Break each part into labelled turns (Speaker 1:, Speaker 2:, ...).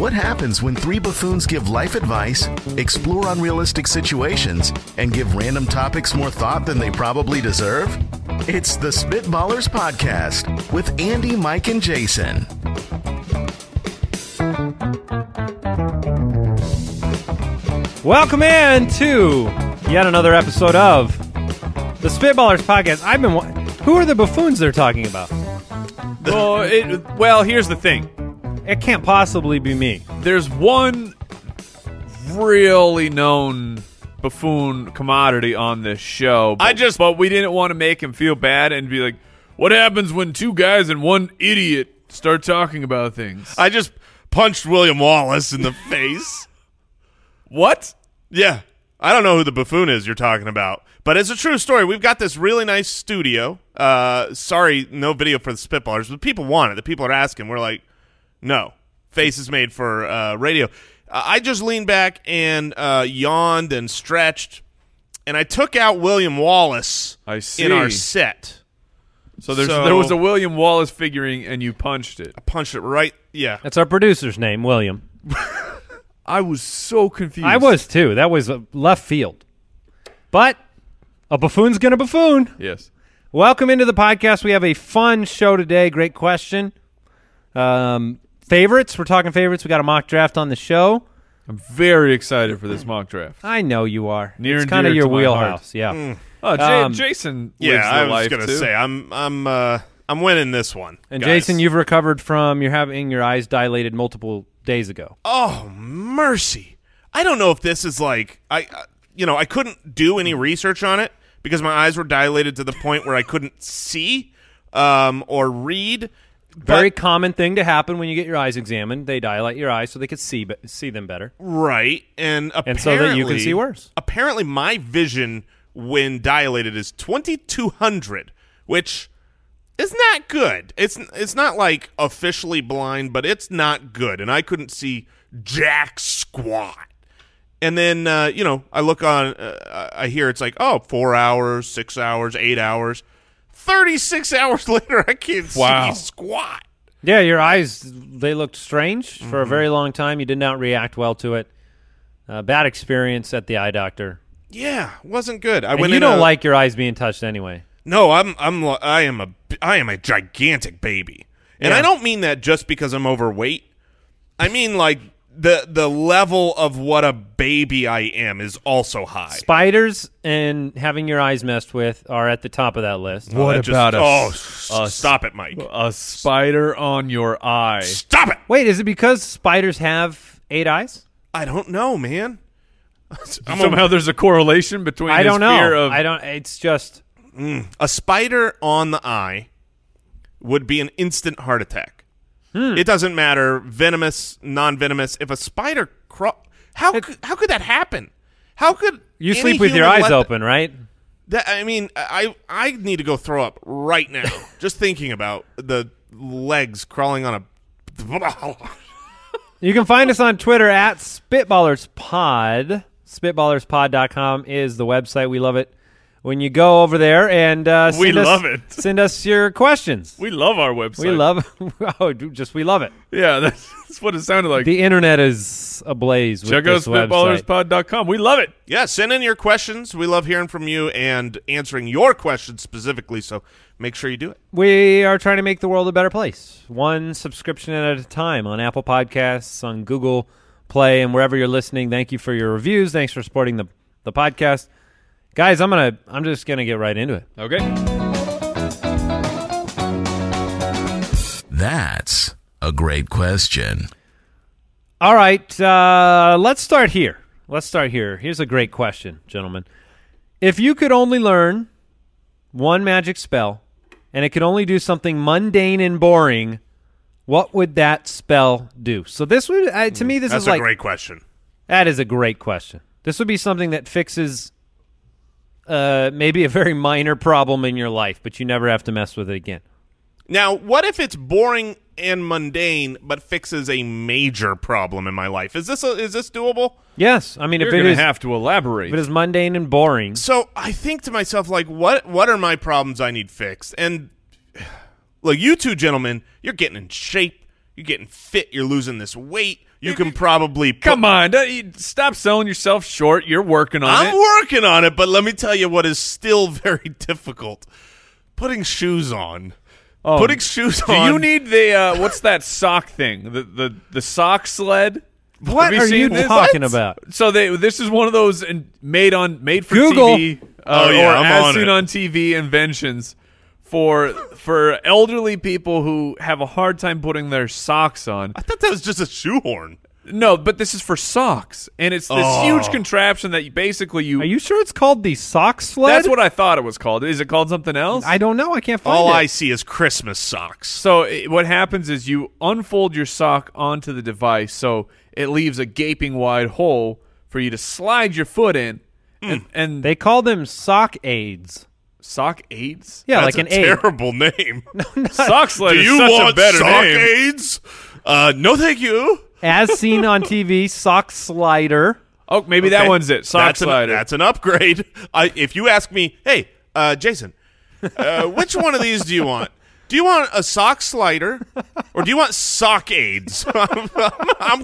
Speaker 1: What happens when three buffoons give life advice, explore unrealistic situations, and give random topics more thought than they probably deserve? It's the Spitballers Podcast with Andy, Mike, and Jason.
Speaker 2: Welcome in to yet another episode of the Spitballers podcast. I've been. wa- Who are the buffoons they're talking about?
Speaker 3: Well, it, well, here's the thing.
Speaker 2: It can't possibly be me.
Speaker 3: There's one really known buffoon commodity on this show. But, I just, but we didn't want to make him feel bad and be like, "What happens when two guys and one idiot start talking about things?"
Speaker 4: I just punched William Wallace in the face.
Speaker 3: what?
Speaker 4: Yeah. I don't know who the buffoon is you're talking about, but it's a true story. We've got this really nice studio. Uh, sorry, no video for the Spitballers, but people want it. The people are asking. We're like, no, face is made for uh, radio. Uh, I just leaned back and uh, yawned and stretched, and I took out William Wallace
Speaker 3: I
Speaker 4: in our
Speaker 3: see.
Speaker 4: set.
Speaker 3: So there's
Speaker 4: So-
Speaker 3: there was a William Wallace figuring, and you punched it.
Speaker 4: Punched it right. Yeah.
Speaker 2: That's our producer's name, William.
Speaker 3: I was so confused.
Speaker 2: I was too. That was uh, left field. But a buffoon's gonna buffoon.
Speaker 3: Yes.
Speaker 2: Welcome into the podcast. We have a fun show today. Great question. Um, favorites. We're talking favorites. We got a mock draft on the show.
Speaker 3: I'm very excited for this mock draft.
Speaker 2: I know you are.
Speaker 3: Near
Speaker 2: it's
Speaker 3: and
Speaker 2: kind of
Speaker 3: dear
Speaker 2: your
Speaker 3: to my
Speaker 2: wheelhouse. Yeah.
Speaker 3: Oh, J-
Speaker 2: Um,
Speaker 3: Jason. lives
Speaker 4: Yeah,
Speaker 3: the
Speaker 4: I was
Speaker 3: life
Speaker 4: gonna
Speaker 3: too.
Speaker 4: say I'm I'm uh, I'm winning this one.
Speaker 2: And
Speaker 4: guys.
Speaker 2: Jason, you've recovered from you're having your eyes dilated multiple days ago.
Speaker 4: Oh mercy! I don't know if this is like I, I- you know, I couldn't do any research on it because my eyes were dilated to the point where I couldn't see um, or read. But-
Speaker 2: Very common thing to happen when you get your eyes examined. They dilate your eyes so they could see be- see them better.
Speaker 4: right, and apparently,
Speaker 2: so that you can see worse.
Speaker 4: Apparently, my vision when dilated is twenty two hundred, which is not good. It's it's not like officially blind, but it's not good, and I couldn't see jack squat. and then uh, you know I look on, uh, I hear it's like oh four hours, six hours, eight hours, thirty six hours later I can't
Speaker 3: Wow.
Speaker 4: see squat.
Speaker 2: Yeah, your eyes they looked strange for a very long time. You did not react well to it. Uh, bad experience at the eye doctor.
Speaker 4: Yeah, wasn't good. I
Speaker 2: And
Speaker 4: went.
Speaker 2: you
Speaker 4: in
Speaker 2: don't
Speaker 4: a-
Speaker 2: like your eyes being touched anyway.
Speaker 4: No, I'm I'm li- I am a b- I am a gigantic baby, and
Speaker 2: Yeah.
Speaker 4: I don't mean that just because I'm overweight. I mean like the the level of what a baby I am is also high.
Speaker 2: Spiders and having your eyes messed with are at the top of that list.
Speaker 4: That
Speaker 3: What
Speaker 4: just-
Speaker 3: about a
Speaker 4: oh,
Speaker 3: s-
Speaker 4: s-
Speaker 3: a
Speaker 4: stop it, Mike.
Speaker 3: a spider on your eye.
Speaker 4: Stop it.
Speaker 2: Wait, is it because spiders have eight eyes?
Speaker 4: I don't know, man. I'm a-
Speaker 3: Somehow there's a correlation between
Speaker 2: I
Speaker 3: his
Speaker 2: don't
Speaker 3: fear
Speaker 2: know.
Speaker 3: of
Speaker 2: I don't. It's just
Speaker 4: A spider on the eye would be an instant heart attack.
Speaker 2: Hmm.
Speaker 4: It doesn't matter, venomous, non-venomous. If a spider craw, how could, how could that happen? How could
Speaker 2: you
Speaker 4: any
Speaker 2: sleep with your
Speaker 4: human
Speaker 2: eyes
Speaker 4: let th-
Speaker 2: open, right?
Speaker 4: that- I mean, I I need to go throw up right now just thinking about the legs crawling on a.
Speaker 2: You can find us on Twitter at SpitballersPod. SpitballersPod.com is the website. We love it. When you go over there and uh,
Speaker 3: We
Speaker 2: send us-
Speaker 3: love it.
Speaker 2: Send us your questions.
Speaker 3: We love our website.
Speaker 2: We love. oh, dude, just we love it.
Speaker 3: Yeah, that's, that's what it sounded like.
Speaker 2: The internet is ablaze. With
Speaker 3: Check out
Speaker 2: this website.
Speaker 3: spitballerspod.com. We love it.
Speaker 4: yeah, send in your questions. We love hearing from you and answering your questions specifically. So make sure you do it.
Speaker 2: We are trying to make the world a better place, one subscription at a time on Apple Podcasts, on Google Play, and wherever you're listening. Thank you for your reviews. Thanks for supporting the the podcast, guys. I'm gonna I'm just gonna get right into it.
Speaker 3: Okay.
Speaker 1: That's a great question.
Speaker 2: All right, uh, let's start here. Let's start here. Here's a great question, gentlemen. If you could only learn one magic spell, and it could only do something mundane and boring. What would that spell do? So this would, uh, to me, this
Speaker 4: That's
Speaker 2: is like
Speaker 4: a great question.
Speaker 2: That is a great question. This would be something that fixes uh, maybe a very minor problem in your life, but you never have to mess with it again.
Speaker 4: Now, what if it's boring and mundane, but fixes a major problem in my life? Is this a, is this doable?
Speaker 2: Yes, I mean
Speaker 3: You're
Speaker 2: if it
Speaker 3: going to
Speaker 2: is
Speaker 3: have to
Speaker 2: if it
Speaker 3: elaborate.
Speaker 2: is mundane and boring,
Speaker 4: So I think to myself, like, what what are my problems I need fixed? And look, you two gentlemen, you're getting in shape, you're getting fit, you're losing this weight, you can probably put-
Speaker 3: Come on, don't- you- stop selling yourself short. You're working on
Speaker 4: I'm
Speaker 3: it.
Speaker 4: working on it, but let me tell you what is still very difficult: putting shoes on. putting shoes
Speaker 3: Oh. Do
Speaker 4: on.
Speaker 3: you need the uh, what's that sock thing? The the the sock sled.
Speaker 2: What
Speaker 3: Have you
Speaker 2: are
Speaker 3: seen
Speaker 2: you
Speaker 3: this?
Speaker 2: talking about?
Speaker 3: So they this is one of those in, made on made for
Speaker 2: Google.
Speaker 3: TV uh,
Speaker 4: Oh, yeah,
Speaker 3: or
Speaker 4: I'm
Speaker 3: as
Speaker 4: on
Speaker 3: seen
Speaker 4: it.
Speaker 3: on TV inventions for for elderly people who have a hard time putting their socks on.
Speaker 4: I thought that was just a shoehorn.
Speaker 3: No, but this is for socks, and it's this
Speaker 4: Oh.
Speaker 3: huge contraption that you basically you.
Speaker 2: Are you sure it's called the sock sled?
Speaker 3: that's what I thought it was called. Is it called something else?
Speaker 2: I don't know. I can't
Speaker 3: Oh,
Speaker 2: find
Speaker 4: All
Speaker 2: it.
Speaker 4: I see is Christmas socks.
Speaker 3: So it, what happens is you unfold your sock onto the device, so it leaves a gaping wide hole for you to slide your foot in,
Speaker 4: Hmm.
Speaker 3: and, and
Speaker 2: they call them sock aids.
Speaker 3: sock aids.
Speaker 2: Yeah,
Speaker 4: That's
Speaker 2: like
Speaker 4: a
Speaker 2: an aid.
Speaker 4: terrible name.
Speaker 3: sock slide
Speaker 4: Do
Speaker 3: is
Speaker 4: you
Speaker 3: such
Speaker 4: want
Speaker 3: a better
Speaker 4: sock
Speaker 3: name.
Speaker 4: aids? Uh, no, thank you.
Speaker 2: As seen on TV, sock slider.
Speaker 3: Oh, maybe that
Speaker 4: Okay.
Speaker 3: one's it. Sock
Speaker 4: that's
Speaker 3: slider.
Speaker 4: An, that's an upgrade. I, if you ask me, hey, uh, Jason, uh, which one of these do you want? Do you want a sock slider, or do you want sock aids? I'm,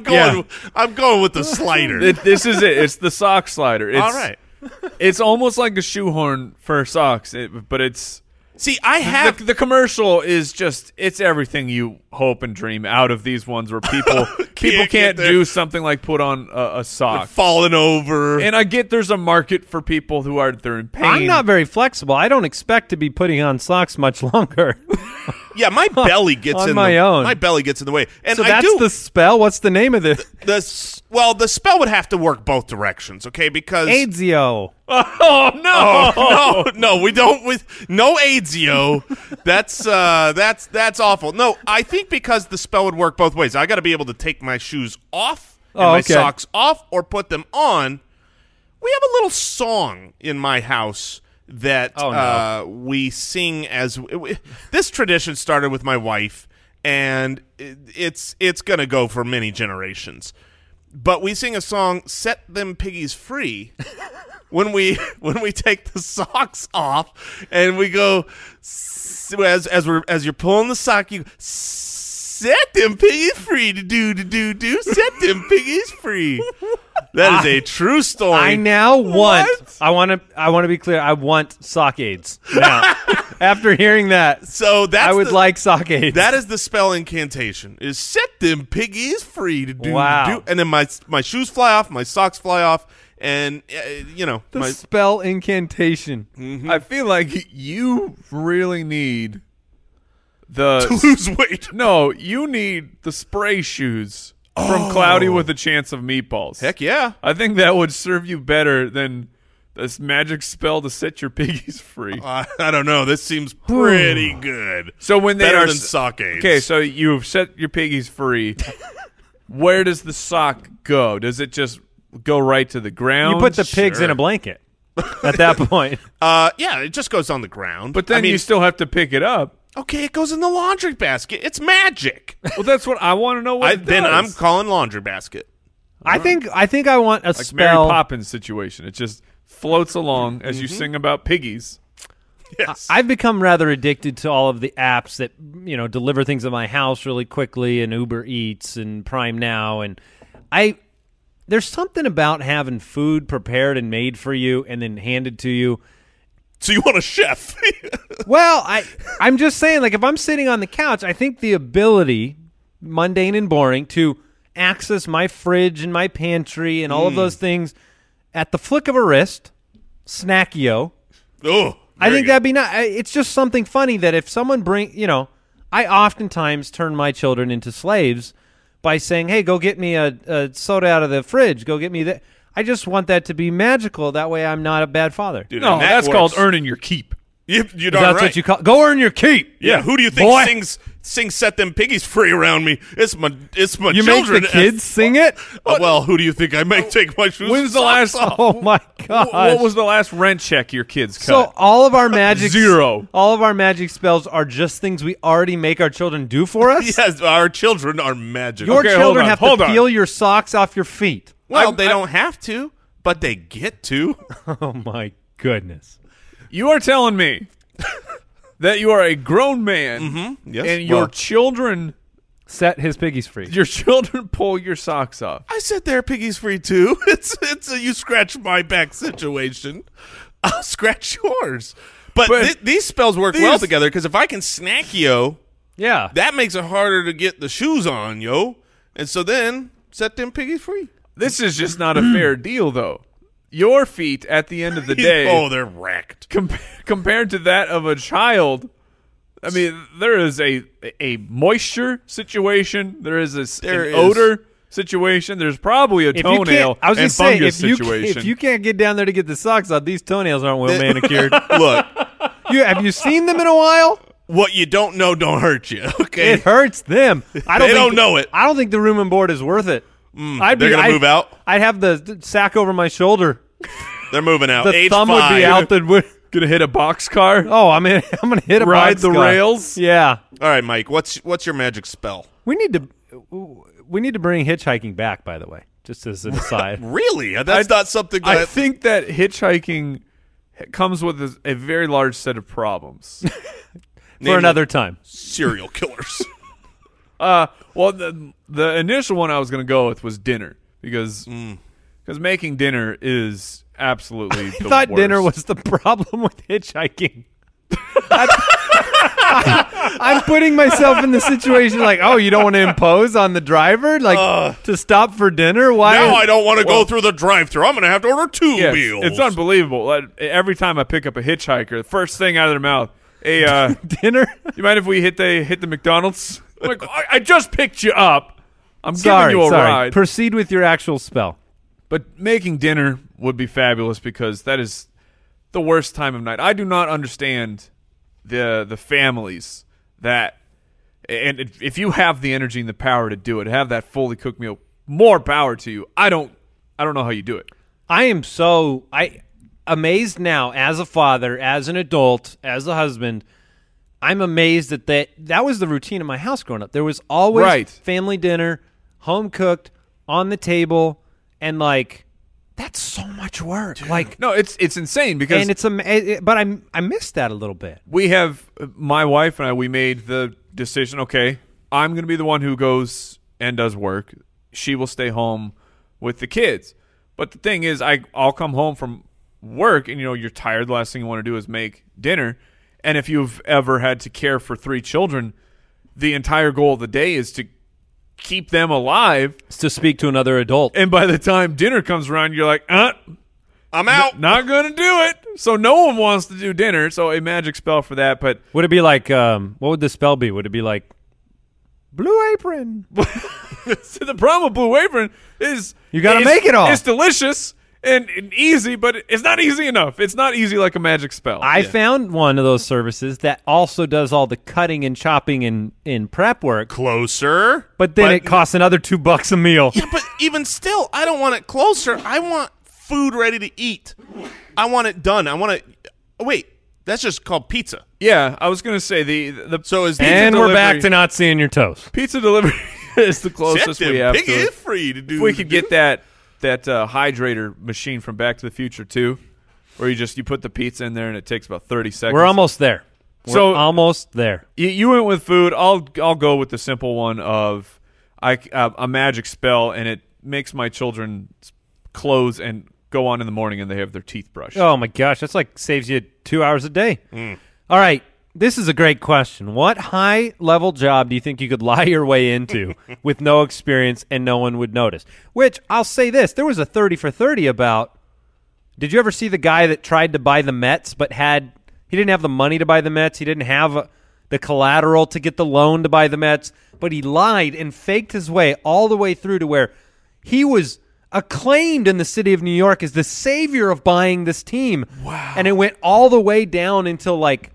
Speaker 4: going. I'm going with the slider.
Speaker 3: It- this is it. It's the sock slider. It's,
Speaker 4: All right.
Speaker 3: It's almost like a shoehorn for socks, it, but it's
Speaker 4: See, I have
Speaker 3: the, the commercial is just it's everything you hope and dream out of these ones where people people
Speaker 4: Can't get
Speaker 3: can't
Speaker 4: there.
Speaker 3: do something like put on a, a sock.
Speaker 4: fallen over.
Speaker 3: And I get there's a market for people who are they're in pain.
Speaker 2: I'm not very flexible. I don't expect to be putting on socks much longer.
Speaker 4: yeah, my belly gets
Speaker 2: On
Speaker 4: in
Speaker 2: my
Speaker 4: the,
Speaker 2: own.
Speaker 4: My belly gets in the way, and
Speaker 2: so
Speaker 4: I
Speaker 2: that's
Speaker 4: do.
Speaker 2: the spell. What's the name of this?
Speaker 4: the s- well, the spell would have to work both directions, okay? Because
Speaker 2: AIDSio.
Speaker 3: Oh no!
Speaker 4: no, no, we don't. With no AIDSio, that's uh, that's that's awful. No, I think because the spell would work both ways. I got to be able to take my shoes off and
Speaker 2: Oh,
Speaker 4: my
Speaker 2: okay.
Speaker 4: socks off, or put them on. We have a little song in my house that
Speaker 2: Oh, no.
Speaker 4: uh, we sing as we, this tradition started with my wife, and it, it's it's gonna go for many generations. But we sing a song, "Set Them Piggies Free." when we when we take the socks off and we go s- as as we're as you're pulling the sock you set them piggies free to do to do do set them piggies free that is a true story
Speaker 2: I now want. I want to. I want to be clear. I want sock aids now. After hearing that,
Speaker 4: so that's
Speaker 2: I would
Speaker 4: the-
Speaker 2: like sock aids.
Speaker 4: that is the spell incantation is set them piggies free to do
Speaker 2: Wow.
Speaker 4: to do and then my my shoes fly off my socks fly off and uh, you know
Speaker 2: the
Speaker 4: my, Mm-hmm.
Speaker 2: spell incantation.
Speaker 3: I feel like you really need the
Speaker 4: lose weight
Speaker 3: no. You need the spray shoes from Cloudy with a Chance of Meatballs.
Speaker 4: Oh. heck yeah
Speaker 3: I think that would serve you better than this magic spell to set your piggies free.
Speaker 4: uh, I don't know this seems pretty good
Speaker 3: so when they
Speaker 4: better
Speaker 3: are
Speaker 4: than
Speaker 3: s-
Speaker 4: sock aids
Speaker 3: okay, so you've set your piggies free. Where does the sock go? Does it just go right to the ground?
Speaker 2: You put the
Speaker 4: Oh,
Speaker 2: pigs in a blanket. At that point,
Speaker 4: Uh, yeah, it just goes on the ground.
Speaker 3: But then
Speaker 4: I mean,
Speaker 3: you still have to pick it up.
Speaker 4: okay, it goes in the laundry basket. It's magic.
Speaker 3: Well, that's what I want to know. What
Speaker 4: I,
Speaker 3: it
Speaker 4: then
Speaker 3: does.
Speaker 4: I'm calling laundry basket.
Speaker 2: I think I think I want a
Speaker 3: like Mary
Speaker 2: spell.
Speaker 3: Poppins situation. It just floats along as
Speaker 4: Mm-hmm.
Speaker 3: you sing about piggies.
Speaker 4: Yes,
Speaker 2: I've become rather addicted to all of the apps that you know deliver things to my house really quickly, and Uber Eats and Prime Now, and I there's something about having food prepared and made for you and then handed to you.
Speaker 4: so you want a chef?
Speaker 2: Well, I I'm just saying, like if I'm sitting on the couch, I think the ability, mundane and boring, to access my fridge and my pantry and all
Speaker 4: Mm.
Speaker 2: of those things at the flick of a wrist, snackio.
Speaker 4: oh,
Speaker 2: I
Speaker 4: very
Speaker 2: think
Speaker 4: good.
Speaker 2: that'd be not. It's just something funny that if someone bring, you know, I oftentimes turn my children into slaves by saying, "Hey, go get me a, a soda out of the fridge. Go get me that." I just want that to be magical. That way, I'm not a bad father.
Speaker 4: Dude,
Speaker 3: No,
Speaker 4: and that
Speaker 3: that's
Speaker 4: works.
Speaker 3: called earning your keep.
Speaker 4: You, you're darn
Speaker 2: That's
Speaker 4: right.
Speaker 2: what you call. Go earn your keep.
Speaker 4: yeah, who do you think
Speaker 2: Boy.
Speaker 4: sings sings "Set Them Piggies Free" around me? It's my it's my
Speaker 2: You
Speaker 4: children.
Speaker 2: make the kids sing it?
Speaker 4: Uh, well, who do you think I make take my shoes?
Speaker 3: When was the last?
Speaker 4: socks off?
Speaker 2: Oh my god!
Speaker 3: wh- What was the last rent check your kids cut?
Speaker 2: so? All of our magic
Speaker 3: Zero.
Speaker 2: All of our magic spells are just things we already make our children do for us.
Speaker 4: Yes, our children are magic.
Speaker 2: Your
Speaker 3: Okay, hold
Speaker 2: children
Speaker 3: on,
Speaker 2: have
Speaker 3: hold
Speaker 2: to
Speaker 3: on.
Speaker 2: peel your socks off your feet.
Speaker 4: well,
Speaker 3: I-
Speaker 4: they
Speaker 3: I-
Speaker 4: don't have to, but they get to.
Speaker 2: Oh my goodness!
Speaker 3: you are telling me that you are a grown man
Speaker 4: yes.
Speaker 2: Mm-hmm.
Speaker 3: and your
Speaker 4: Well-
Speaker 3: children
Speaker 2: Set his piggies free.
Speaker 3: Your children pull your socks off.
Speaker 4: I said there, piggy's free too. It's it's a you scratch my back situation. I'll scratch yours. But,
Speaker 3: But
Speaker 4: thi- these spells work
Speaker 3: these-
Speaker 4: well together because if I can snack yo,
Speaker 2: Yeah.
Speaker 4: that makes it harder to get the shoes on yo, and so then set them piggies free.
Speaker 3: This is just not a fair deal, though. Your feet at the end of the day,
Speaker 4: oh, they're wrecked.
Speaker 3: com- compared to that of a child, I mean, there is a a moisture situation. There is a s-
Speaker 4: There
Speaker 3: an
Speaker 4: is-
Speaker 3: odor situation. There's probably a
Speaker 2: If you
Speaker 3: toenail
Speaker 2: can't, I was
Speaker 3: and
Speaker 2: just saying,
Speaker 3: fungus
Speaker 2: if you, ca-
Speaker 3: situation.
Speaker 2: if you can't get down there to get the socks out, these toenails aren't well manicured.
Speaker 4: Look,
Speaker 2: you, have you seen them in a while?
Speaker 4: what you don't know don't hurt you. Okay,
Speaker 2: It hurts them. I don't think,
Speaker 4: They don't know it. Mm,
Speaker 2: I don't think the room and board is worth it. I'd
Speaker 4: they're gonna
Speaker 2: I'd-
Speaker 4: move out?
Speaker 2: I'd have the th- sack over my shoulder.
Speaker 4: they're moving out.
Speaker 2: The
Speaker 4: Age
Speaker 2: thumb would
Speaker 4: five.
Speaker 2: be out the. wi-
Speaker 3: gonna hit a box car.
Speaker 2: Oh, I'm in, I'm gonna hit a
Speaker 3: Ride
Speaker 2: box
Speaker 3: the
Speaker 2: car.
Speaker 3: rails?
Speaker 2: Yeah,
Speaker 4: All right, Mike. What's what's your magic spell?
Speaker 2: we need to we need to bring hitchhiking back. By the way, just as an aside.
Speaker 4: Really? That's
Speaker 3: I-
Speaker 4: not something that
Speaker 3: I think that hitchhiking comes with a, a very large set of problems.
Speaker 2: For another time,
Speaker 4: serial killers.
Speaker 3: Uh, well, the the initial one I was gonna go with was dinner because because making dinner is
Speaker 2: Mm.
Speaker 3: absolutely.
Speaker 2: I
Speaker 3: the
Speaker 2: thought dinner
Speaker 3: worst.
Speaker 2: was the problem with hitchhiking. I, am putting myself in the situation like, oh, you don't want to impose on the driver, like to stop for dinner. Why?
Speaker 4: Uh, now I don't want to go through the drive-through. I'm going to have to order two
Speaker 3: Yes,
Speaker 4: meals.
Speaker 3: it's unbelievable. Like, every time I pick up a hitchhiker, the first thing out of their mouth, "Hey, uh,
Speaker 2: dinner.
Speaker 3: you mind if we hit the hit the McDonald's?" I'm like, I, I just picked you up. I'm
Speaker 2: sorry,
Speaker 3: giving you a
Speaker 2: sorry.
Speaker 3: ride.
Speaker 2: Proceed with your actual spell.
Speaker 3: But making dinner would be fabulous because that is the worst time of night. I do not understand the the families that and if- if you have the energy and the power to do it, have that fully cooked meal, more power to you. I don't I don't know how you do it.
Speaker 2: I am so I amazed now as a father, as an adult, as a husband. I'm amazed that that that was the routine in my house growing up. There was always
Speaker 3: Right.
Speaker 2: family dinner, home cooked, on the table, and like that's so much work. Like
Speaker 3: No, it's it's insane because
Speaker 2: and it's a but I I missed that a little bit.
Speaker 3: we have my wife and I we made the decision okay i'm going to be the one who goes and does work she will stay home with the kids but the thing is I, i'll come home from work and you know you're tired the last thing you want to do is make dinner and if you've ever had to care for three children the entire goal of the day is to keep them alive
Speaker 2: To speak to another adult.
Speaker 3: and by the time dinner comes around you're like uh
Speaker 4: I'm out.
Speaker 3: not gonna do it so no one wants to do dinner so a magic spell for that but
Speaker 2: Would it be like um what would the spell be? Would it be like Blue Apron?
Speaker 3: So the problem with Blue Apron is
Speaker 2: You gotta
Speaker 3: it's-
Speaker 2: make it all.
Speaker 3: It's delicious and, and easy, but it's not easy enough. It's not easy like a magic spell.
Speaker 2: I found one of those services that also does all the cutting and chopping and in prep work,
Speaker 4: Closer.
Speaker 2: but then it costs another two bucks a meal.
Speaker 4: Yeah, but even still, I don't want it closer. I want food ready to eat. I want it done. I want it. Wait, that's just called pizza.
Speaker 3: yeah, I was gonna say the the
Speaker 4: So is
Speaker 3: pizza
Speaker 2: and we're
Speaker 3: delivery-
Speaker 2: back to not seeing your toes.
Speaker 3: pizza delivery is the closest
Speaker 4: Accepted.
Speaker 3: we have.
Speaker 4: Pig
Speaker 3: to
Speaker 4: is
Speaker 3: it.
Speaker 4: free to do.
Speaker 3: If we could get that that uh, hydrator machine from Back to the Future too, where you just you put the pizza in there and it takes about thirty seconds.
Speaker 2: We're almost there. We're
Speaker 3: So-
Speaker 2: almost there.
Speaker 3: You, you went with food. I'll I'll go with the simple one of I uh, a magic spell, and it makes my children s- clothes and go on in the morning, and they have their teeth brushed.
Speaker 2: Oh my gosh, that's like saves you two hours a day. All right, this is a great question. What high level job do you think you could lie your way into with no experience and no one would notice? Which I'll say this: there was a thirty for thirty about. Did you ever see the guy that tried to buy the Mets but had he didn't have the money to buy the Mets? He didn't have uh, the collateral to get the loan to buy the Mets, but he lied and faked his way all the way through to where he was acclaimed in the city of New York as the savior of buying this team. Wow. And it went all the way down until like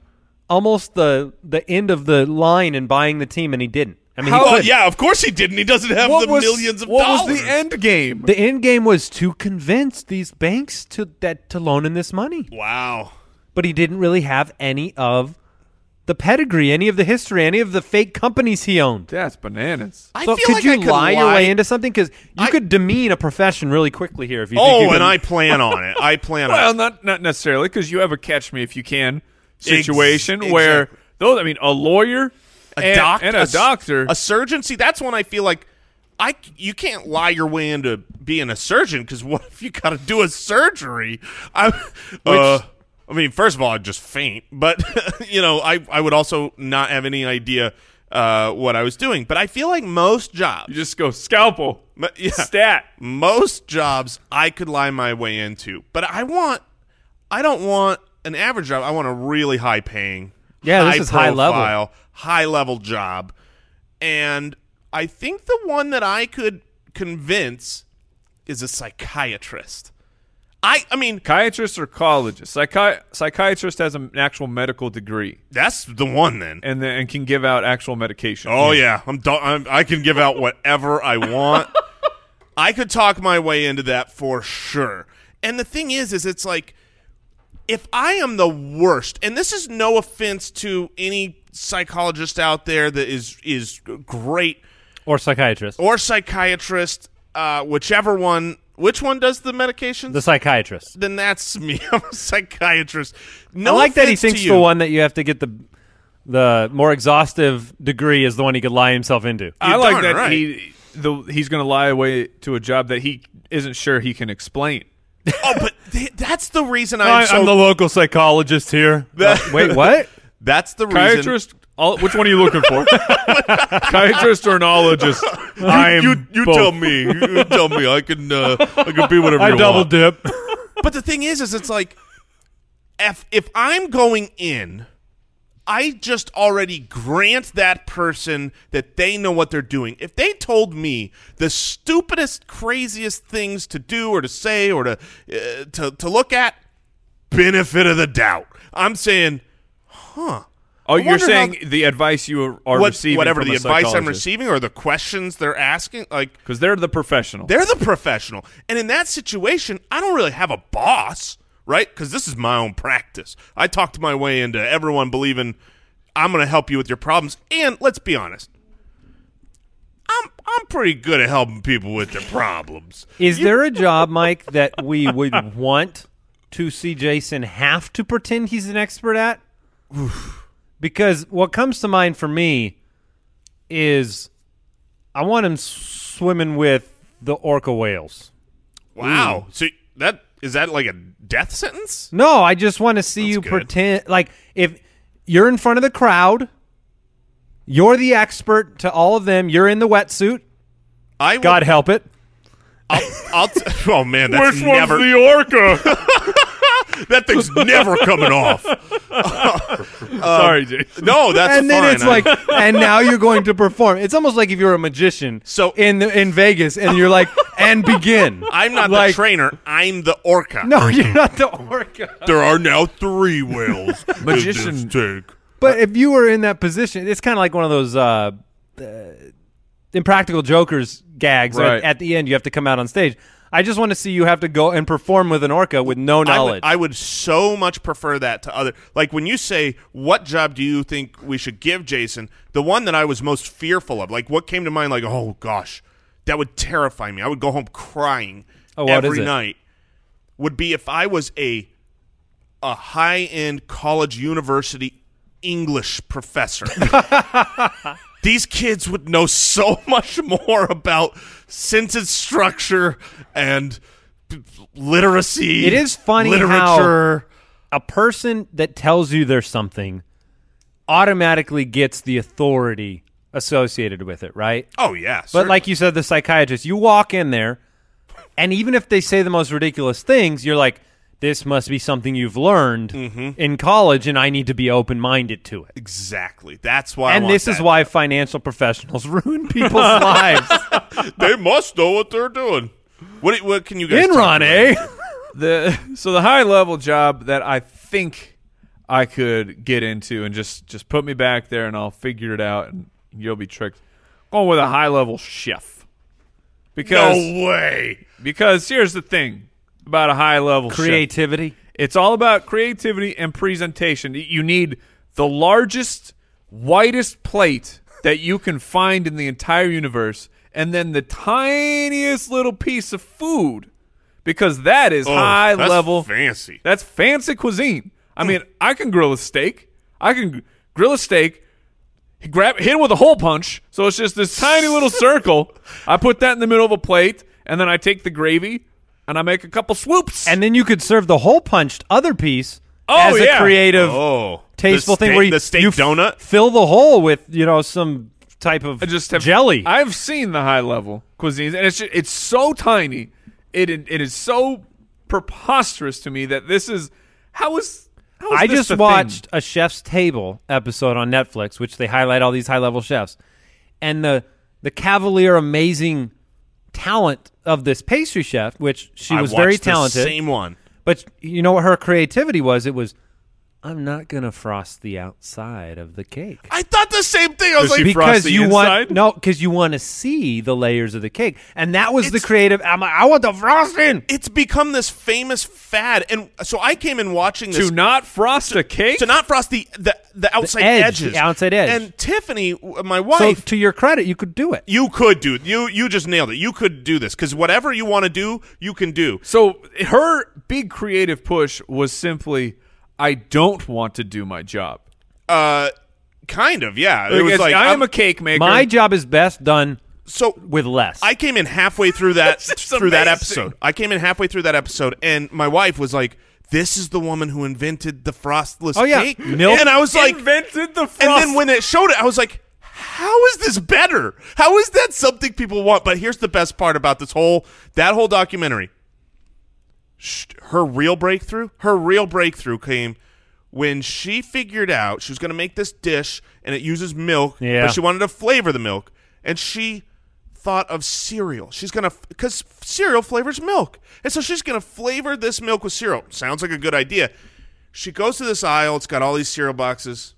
Speaker 2: almost the the end of the line in buying the team and he didn't. I mean, he
Speaker 4: Well,
Speaker 2: couldn't.
Speaker 4: yeah, of course he didn't. He doesn't have
Speaker 3: What
Speaker 4: the
Speaker 3: was-
Speaker 4: millions of
Speaker 3: what
Speaker 4: dollars.
Speaker 3: was the end game?
Speaker 2: the end game was to convince these banks to that to loan him this money.
Speaker 4: Wow.
Speaker 2: but he didn't really have any of the pedigree, any of the history, any of the fake companies he owned.
Speaker 3: That's bananas.
Speaker 4: I
Speaker 2: so
Speaker 4: feel
Speaker 2: could
Speaker 4: like
Speaker 2: you
Speaker 4: I could
Speaker 2: lie, your
Speaker 4: lie-
Speaker 2: way into something? Because you
Speaker 4: I-
Speaker 2: could demean a profession really quickly here if you. think you
Speaker 4: Oh,
Speaker 2: could-
Speaker 4: and I plan on it. I plan on
Speaker 3: Well,
Speaker 4: it.
Speaker 3: not not necessarily because you have a catch me if you can situation
Speaker 4: Ex-
Speaker 3: where
Speaker 4: exactly.
Speaker 3: those. I mean, a lawyer
Speaker 4: a
Speaker 3: And-
Speaker 4: doctor
Speaker 3: and a
Speaker 4: s-
Speaker 3: doctor.
Speaker 4: a surgeon. See, that's when I feel like I c- you can't lie your way into being a surgeon because what if you got to do a surgery? I, uh, I mean, first of all, I'd just faint. But you know, I I would also not have any idea uh, what I was doing. But I feel like most jobs,
Speaker 3: You just go scalpel,
Speaker 4: mo- yeah,
Speaker 3: stat.
Speaker 4: most jobs I could lie my way into. But I want, I don't want an average job. I want a really high paying,
Speaker 2: Yeah, this
Speaker 4: high
Speaker 2: is high level.
Speaker 4: profile, high level job. And I think the one that I could convince is a psychiatrist. I, I mean,
Speaker 3: Psychiatrist or colleges? Psychi- psychiatrist has an actual medical degree
Speaker 4: that's the one then.
Speaker 3: and then and can give out actual medication.
Speaker 4: Oh yeah, I'm, do- I'm I can give out whatever I want. I could talk my way into that for sure. And the thing is is it's like if I am the worst, and this is no offense to any psychologist out there that is is great
Speaker 2: or psychiatrist.
Speaker 4: or psychiatrist, uh, whichever one, which one does the medications?
Speaker 2: the psychiatrist.
Speaker 4: then that's me. I'm a psychiatrist. No
Speaker 2: I like that he
Speaker 4: offense to
Speaker 2: thinks
Speaker 4: you.
Speaker 2: the one that you have to get the the more exhaustive degree is the one he could lie himself into.
Speaker 3: I like
Speaker 4: darn
Speaker 3: that
Speaker 4: right.
Speaker 3: he the, he's going to lie away to a job that he isn't sure he can explain.
Speaker 4: Oh, but th- that's the reason I'm, so.
Speaker 3: local psychologist here.
Speaker 2: Wait, what?
Speaker 4: that's the reason.
Speaker 3: Psychiatrist. All, which one are you looking for? Psychiatrist or enologist? I am
Speaker 4: you you
Speaker 3: both.
Speaker 4: tell me. You tell me. I can uh, I can be whatever you want.
Speaker 3: dip.
Speaker 4: But the thing is, is it's like if if I'm going in, I just already grant that person that they know what they're doing. If they told me the stupidest, craziest things to do or to say or to uh, to to look at, benefit of the doubt. I'm saying
Speaker 3: Oh, you're
Speaker 4: wonder how-
Speaker 3: saying the advice you are
Speaker 4: what,
Speaker 3: receiving,
Speaker 4: whatever
Speaker 3: from
Speaker 4: the
Speaker 3: a
Speaker 4: advice I'm
Speaker 3: psychologist.
Speaker 4: receiving or the questions they're asking, like
Speaker 3: because they're the professional.
Speaker 4: They're the professional. And in that situation, I don't really have a boss, right? Because this is my own practice. I talked my way into everyone believing I'm going to help you with your problems. And let's be honest. I'm, I'm pretty good at helping people with their problems.
Speaker 2: Is there a job, Mike, that we would want to see Jason have to pretend he's an expert at? Because what comes to mind for me is I want him swimming with the orca whales.
Speaker 4: Wow. So that is that like a death sentence?
Speaker 2: No, I just want to see you
Speaker 4: good.
Speaker 2: pretend like if you're in front of the crowd, you're the expert to all of them. You're in the wetsuit.
Speaker 4: I will-
Speaker 2: God help it.
Speaker 4: I'll, I'll t- oh man, that's
Speaker 3: Which one's
Speaker 4: never
Speaker 3: the
Speaker 4: orca. that thing's never coming off.
Speaker 3: Sorry, Jay.
Speaker 4: No, that's
Speaker 2: and then
Speaker 4: fine.
Speaker 2: it's
Speaker 4: I-
Speaker 2: like, and now you're going to perform. It's almost like if you're a magician.
Speaker 4: So-
Speaker 2: in the, in Vegas, and you're like, and begin.
Speaker 4: I'm not
Speaker 2: like,
Speaker 4: the trainer. I'm the orca.
Speaker 2: No, you're not the orca.
Speaker 4: There are now three whales. in
Speaker 3: Magician.
Speaker 4: this tank.
Speaker 2: But if you were in that position, it's kind of like one of those uh, uh, impractical jokers gags. where
Speaker 3: Right.
Speaker 2: At the end, you have to come out on stage. I just want to see you have to go and perform with an orca with no
Speaker 4: I
Speaker 2: knowledge.
Speaker 4: would, I would so much prefer that to other. Like when you say, "What job do you think we should give Jason?" The one that I was most fearful of, like what came to mind, like, "Oh gosh, that would terrify me. I would go home crying
Speaker 2: Oh, what is
Speaker 4: every
Speaker 2: it?
Speaker 4: night." Would be if I was a a high end college university English professor. These kids would know so much more about sentence structure and p- literacy.
Speaker 2: It is funny how-
Speaker 4: literature.
Speaker 2: a person that tells you there's something automatically gets the authority associated with it, right?
Speaker 4: oh yes,
Speaker 2: But like you said, the psychiatrist, you walk in there, and even if they say the most ridiculous things, you're like, this must be something you've learned
Speaker 4: Mm-hmm.
Speaker 2: in college, and I need to be open minded to it.
Speaker 4: exactly. That's why. I
Speaker 2: and
Speaker 4: want
Speaker 2: this is
Speaker 4: that.
Speaker 2: why financial professionals ruin people's lives.
Speaker 4: they must know what they're doing. What, do- what can you guys? talk
Speaker 2: Enron,
Speaker 4: about?
Speaker 2: eh?
Speaker 3: the so the high level job that I think I could get into and just just put me back there and I'll figure it out and you'll be tricked. Going with a high level chef because
Speaker 4: No way.
Speaker 3: because here's the thing about a high level chef.
Speaker 2: Creativity.
Speaker 3: It's all about creativity and presentation. You need the largest, widest plate that you can find in the entire universe, and then the tiniest little piece of food, because that is
Speaker 4: Oh,
Speaker 3: high
Speaker 4: that's
Speaker 3: level.
Speaker 4: fancy. Hmm.
Speaker 3: That's fancy cuisine. I mean, I can grill a steak. I can gr- grill a steak, He grab hit him with a hole punch. So it's just this tiny little circle. I put that in the middle of a plate, and then I take the gravy and I make a couple swoops.
Speaker 2: And then you could serve the whole punched other piece as
Speaker 3: Oh,
Speaker 2: a
Speaker 3: yeah.
Speaker 2: creative,
Speaker 4: Oh,
Speaker 2: tasteful
Speaker 4: the steak,
Speaker 2: thing where you,
Speaker 4: the steak
Speaker 2: you f-
Speaker 4: donut.
Speaker 2: fill the hole with you know some type of
Speaker 3: I just have,
Speaker 2: jelly.
Speaker 3: I've seen the high level cuisines, and it's ju- it's so tiny. It it is so preposterous to me that this is how is. How is
Speaker 2: I
Speaker 3: this
Speaker 2: just
Speaker 3: the thing?
Speaker 2: watched a Chef's Table episode on Netflix, which they highlight all these high level chefs, and the the cavalier amazing talent of this pastry chef, which she
Speaker 4: I
Speaker 2: was very
Speaker 4: watched the
Speaker 2: talented.
Speaker 4: same one.
Speaker 2: But you know what her creativity was? It was, I'm not gonna frost the outside of the cake
Speaker 4: I thought the same thing. I was
Speaker 3: Does she
Speaker 4: like,
Speaker 3: fry
Speaker 2: because
Speaker 3: the
Speaker 2: you want
Speaker 3: inside?
Speaker 2: no, because you want to see the layers of the cake, and that was the
Speaker 4: It's-
Speaker 2: creative. I'm like, I want the frosting.
Speaker 4: it's become this famous fad, and so I came in watching this
Speaker 3: to not frost a cake.
Speaker 4: to not frost the the, the outside
Speaker 2: edge,
Speaker 4: edges,
Speaker 2: the outside edge.
Speaker 4: And Tiffany, w- my
Speaker 2: So
Speaker 4: wife,
Speaker 2: to your credit, you could do it.
Speaker 4: you could do you you just nailed it. You could do this because whatever you want to do, you can do.
Speaker 3: So her big creative push was simply, I don't want to do my job.
Speaker 4: Uh, kind of, yeah. It
Speaker 3: Like,
Speaker 4: was
Speaker 3: it's-
Speaker 4: like
Speaker 3: I am
Speaker 4: I'm-
Speaker 3: a cake maker.
Speaker 2: My job is best done
Speaker 4: so
Speaker 2: with less.
Speaker 4: I came in halfway through that
Speaker 3: This is
Speaker 4: through that
Speaker 3: amazing.
Speaker 4: episode. I came in halfway through that episode, and my wife was like, "This is the woman who invented the frostless
Speaker 2: Oh, yeah.
Speaker 4: cake."
Speaker 2: Milk
Speaker 4: and I was like,
Speaker 3: invented the frost.
Speaker 4: and then when it showed it, I was like, how is this better? How is that something people want? But here's the best part about this whole that whole documentary. Sh- Her real breakthrough, her real breakthrough came when she figured out she was going to make this dish and it uses milk,
Speaker 2: Yeah.
Speaker 4: but she wanted to flavor the milk, and she thought of cereal. She's going to cuz cereal flavors milk. And so she's going to flavor this milk with cereal. Sounds like a good idea. She goes to this aisle, it's got all these cereal boxes.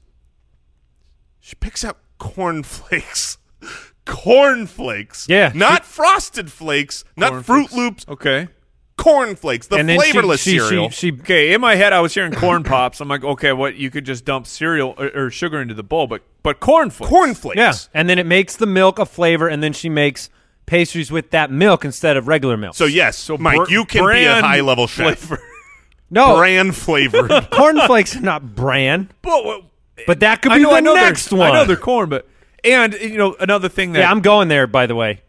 Speaker 4: She picks up cornflakes. cornflakes.
Speaker 2: Yeah,
Speaker 4: Not frosted flakes, not Fruit Loops,
Speaker 3: okay,
Speaker 4: cornflakes, the
Speaker 2: and then she-
Speaker 4: flavorless
Speaker 2: she, she,
Speaker 4: cereal.
Speaker 2: She,
Speaker 3: okay. In my head, I was hearing corn pops. I'm like, okay, what? You could just dump cereal or, or sugar into the bowl, but but cornflakes.
Speaker 4: cornflakes.
Speaker 2: yeah, and then it makes the milk a flavor, and then she makes pastries with that milk instead of regular milk.
Speaker 4: So yes, Mike,
Speaker 3: br-
Speaker 4: you can be a
Speaker 3: brand
Speaker 4: high level chef.
Speaker 3: flavor.
Speaker 2: no,
Speaker 4: Brand flavored.
Speaker 2: cornflakes are not bran,
Speaker 3: but what-
Speaker 2: but that could
Speaker 3: I
Speaker 2: be
Speaker 3: know,
Speaker 2: the
Speaker 3: I know they're-
Speaker 2: next one.
Speaker 3: I know they're corn, but and you know another thing that
Speaker 2: yeah, I'm going there. By the way,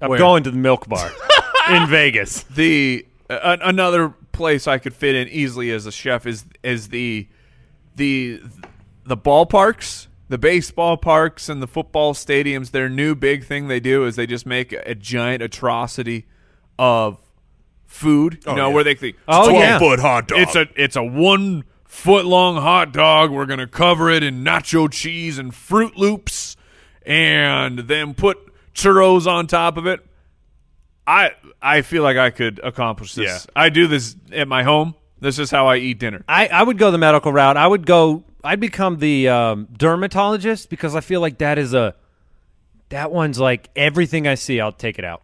Speaker 2: I'm
Speaker 3: Where?
Speaker 2: going to the milk bar in Vegas.
Speaker 3: the uh, an- another place I could fit in easily as a chef is is the the the ballparks, the baseball parks, and the football stadiums. Their new big thing they do is they just make a, a giant atrocity of food. You know
Speaker 4: yeah.
Speaker 3: where they think
Speaker 2: Oh,
Speaker 4: Twelve
Speaker 2: yeah.
Speaker 4: foot hot dog.
Speaker 3: it's a it's a one foot long hot dog. We're gonna cover it in nacho cheese and Fruit Loops, and then put churros on top of it. I I feel like I could accomplish this.
Speaker 4: Yeah.
Speaker 3: I do this at my home. This is how I eat dinner.
Speaker 2: I, I would go the medical route. I would go. I'd become the um, dermatologist because I feel like that is a that one's like everything I see. I'll take it out.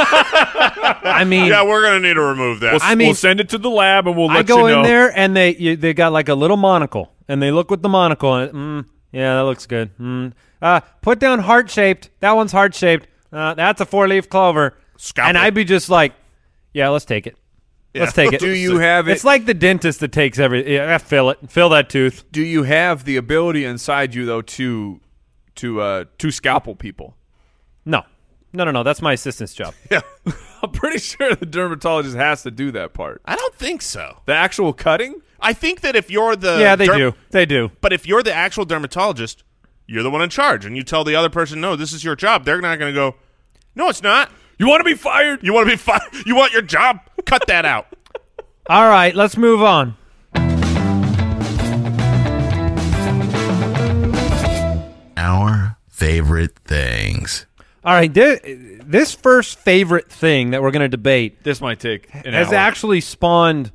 Speaker 2: I mean,
Speaker 4: yeah, we're gonna need to remove that.
Speaker 2: I mean-
Speaker 3: we'll send it to the lab and we'll let
Speaker 2: I go
Speaker 3: you know.
Speaker 2: in there and they you, they got like a little monocle and they look with the monocle and mm, yeah, that looks good. Mm. Uh, put down heart shaped. That one's heart shaped. Uh, that's a four leaf clover.
Speaker 4: Scalpel.
Speaker 2: And I'd be just like, yeah, let's take it. Let's take it.
Speaker 3: Do you have it?
Speaker 2: It's like the dentist that takes every. Yeah, fill it. Fill that tooth.
Speaker 3: do you have the ability inside you though to to uh to scalpel people?
Speaker 2: No, no, no, no. That's my assistant's job.
Speaker 3: I'm pretty sure the dermatologist has to do that part.
Speaker 4: I don't think so.
Speaker 3: The actual cutting?
Speaker 4: I think that if you're the
Speaker 2: yeah, they
Speaker 4: derm-
Speaker 2: do. They do.
Speaker 4: But if you're the actual dermatologist, you're the one in charge, and you tell the other person, "No, this is your job." They're not gonna go. No, it's not.
Speaker 3: You want to be fired?
Speaker 4: You want to be fired? You want your job? Cut that out.
Speaker 2: All right, let's move on.
Speaker 1: Our favorite things.
Speaker 2: All right, thi- this first favorite thing that we're going to debate
Speaker 3: This might take an
Speaker 2: has
Speaker 3: hour.
Speaker 2: actually spawned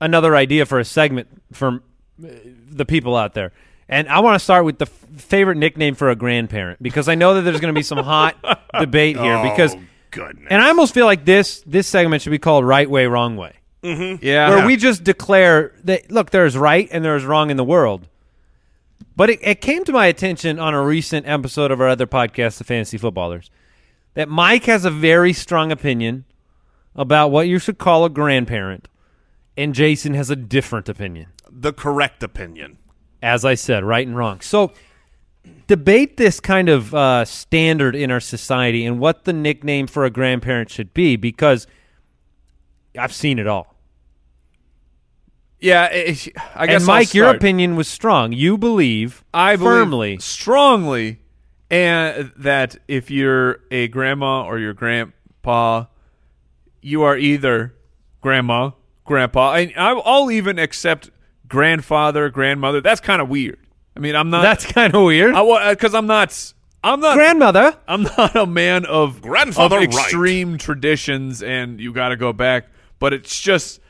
Speaker 2: another idea for a segment from uh, the people out there. And I want to start with the f- favorite nickname for a grandparent because I know that there's going to be some hot debate here because
Speaker 4: oh, goodness.
Speaker 2: and I almost feel like this this segment should be called right way wrong way.
Speaker 3: yeah.
Speaker 2: where we just declare that look there's right and there's wrong in the world but it, it came to my attention on a recent episode of our other podcast the fantasy footballers that mike has a very strong opinion about what you should call a grandparent and jason has a different opinion
Speaker 4: the correct opinion.
Speaker 2: as i said right and wrong so debate this kind of uh, standard in our society and what the nickname for a grandparent should be because I've seen it all.
Speaker 3: Yeah, it, I guess
Speaker 2: and
Speaker 3: I'll
Speaker 2: Mike, your
Speaker 3: start.
Speaker 2: opinion was strong. You believe
Speaker 3: I believe
Speaker 2: firmly.
Speaker 3: strongly, and that if you're a grandma or your grandpa, you are either grandma, grandpa, and I- I'll even accept grandfather, grandmother. That's kind of weird. I mean, I'm not.
Speaker 2: That's kind of weird.
Speaker 3: because I'm not. I'm not.
Speaker 2: Grandmother.
Speaker 3: I'm not a man of
Speaker 4: Grandfather
Speaker 3: of
Speaker 4: right.
Speaker 3: extreme traditions, and you got to go back. But it's just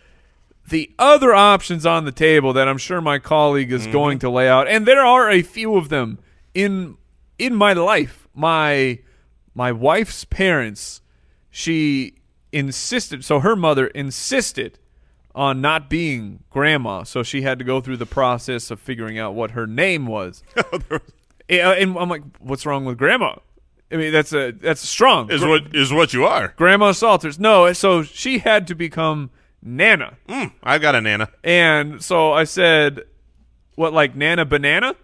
Speaker 3: the other options on the table that I'm sure my colleague is going
Speaker 4: Mm-hmm.
Speaker 3: to lay out, and there are a few of them in in my life. My my wife's parents, she insisted. So her mother insisted on not being grandma, so she had to go through the process of figuring out what her name was.
Speaker 4: Oh,
Speaker 3: Yeah, and I'm like, what's wrong with grandma? I mean, that's a that's strong.
Speaker 4: Is what is what you are.
Speaker 3: grandma Salters. No, eh, so she had to become Nana,
Speaker 4: Mm, I've got a nana.
Speaker 3: and so I said, what like Nana Banana?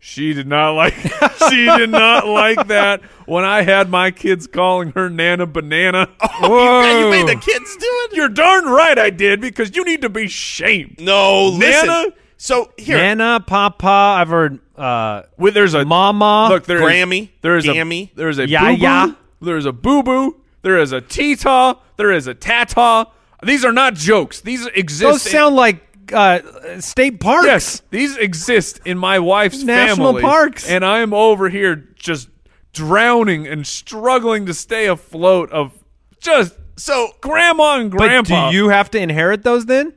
Speaker 3: She did not like. she did not like that when I had my kids calling her Nana Banana.
Speaker 4: Oh,
Speaker 3: Oh.
Speaker 4: Yeah, you made the
Speaker 3: Whoa.
Speaker 4: kids do it.
Speaker 3: You're darn right I did because you need to be shamed.
Speaker 4: No, listen.
Speaker 3: Nana?
Speaker 4: So here,
Speaker 2: Nana, Papa. I've heard uh,
Speaker 3: With there's a
Speaker 2: Mama.
Speaker 3: Look, there is-
Speaker 4: Grammy,
Speaker 3: there is
Speaker 4: Gammy,
Speaker 3: a there is a
Speaker 2: Ya
Speaker 3: boo
Speaker 2: ya.
Speaker 3: boo. There is a boo boo. There is a tee-taw. There is a tata. These are not jokes. These exist.
Speaker 2: those
Speaker 3: in-
Speaker 2: sound like uh, state parks.
Speaker 3: yes. These exist in my wife's
Speaker 2: National
Speaker 3: family,
Speaker 2: parks.
Speaker 3: and I am over here just drowning and struggling to stay afloat of just
Speaker 4: So
Speaker 3: grandma and
Speaker 2: But
Speaker 3: grandpa.
Speaker 2: do you have to inherit those then?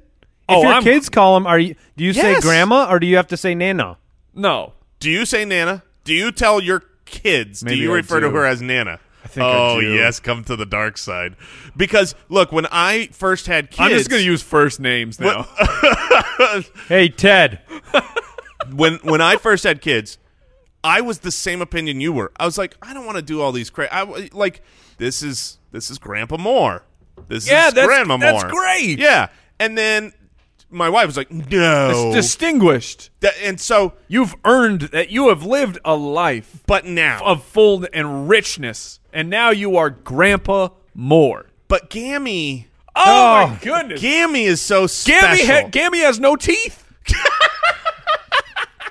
Speaker 3: Oh,
Speaker 2: if your
Speaker 3: I'm-
Speaker 2: kids call them, are you? Do you
Speaker 3: Yes.
Speaker 2: say grandma or do you have to say nana?
Speaker 3: no?
Speaker 4: do you say nana? Do you tell your kids?
Speaker 3: Maybe
Speaker 4: do you
Speaker 3: I
Speaker 4: refer to
Speaker 3: do.
Speaker 4: her as nana? I
Speaker 3: think I
Speaker 4: oh
Speaker 3: do.
Speaker 4: yes, come to the dark side. Because look, when I first had kids,
Speaker 3: I'm just gonna use first names now.
Speaker 2: Hey Ted,
Speaker 4: when when I first had kids, I was the same opinion you were. I was like, I don't want to do all these cra I w- like this is this is Grandpa Moore. This
Speaker 3: Yeah,
Speaker 4: is
Speaker 3: that's-
Speaker 4: Grandma Moore.
Speaker 3: that's great.
Speaker 4: Yeah, and then my wife was like, no,
Speaker 3: Distinguished.
Speaker 4: That- and so
Speaker 3: You've earned that. You have lived a life.
Speaker 4: but now
Speaker 3: of full and richness, and now you are Grandpa Moore.
Speaker 4: but Gammy
Speaker 3: Oh, my goodness!
Speaker 4: Gammy is so special.
Speaker 3: Gammy, ha- Gammy has no teeth.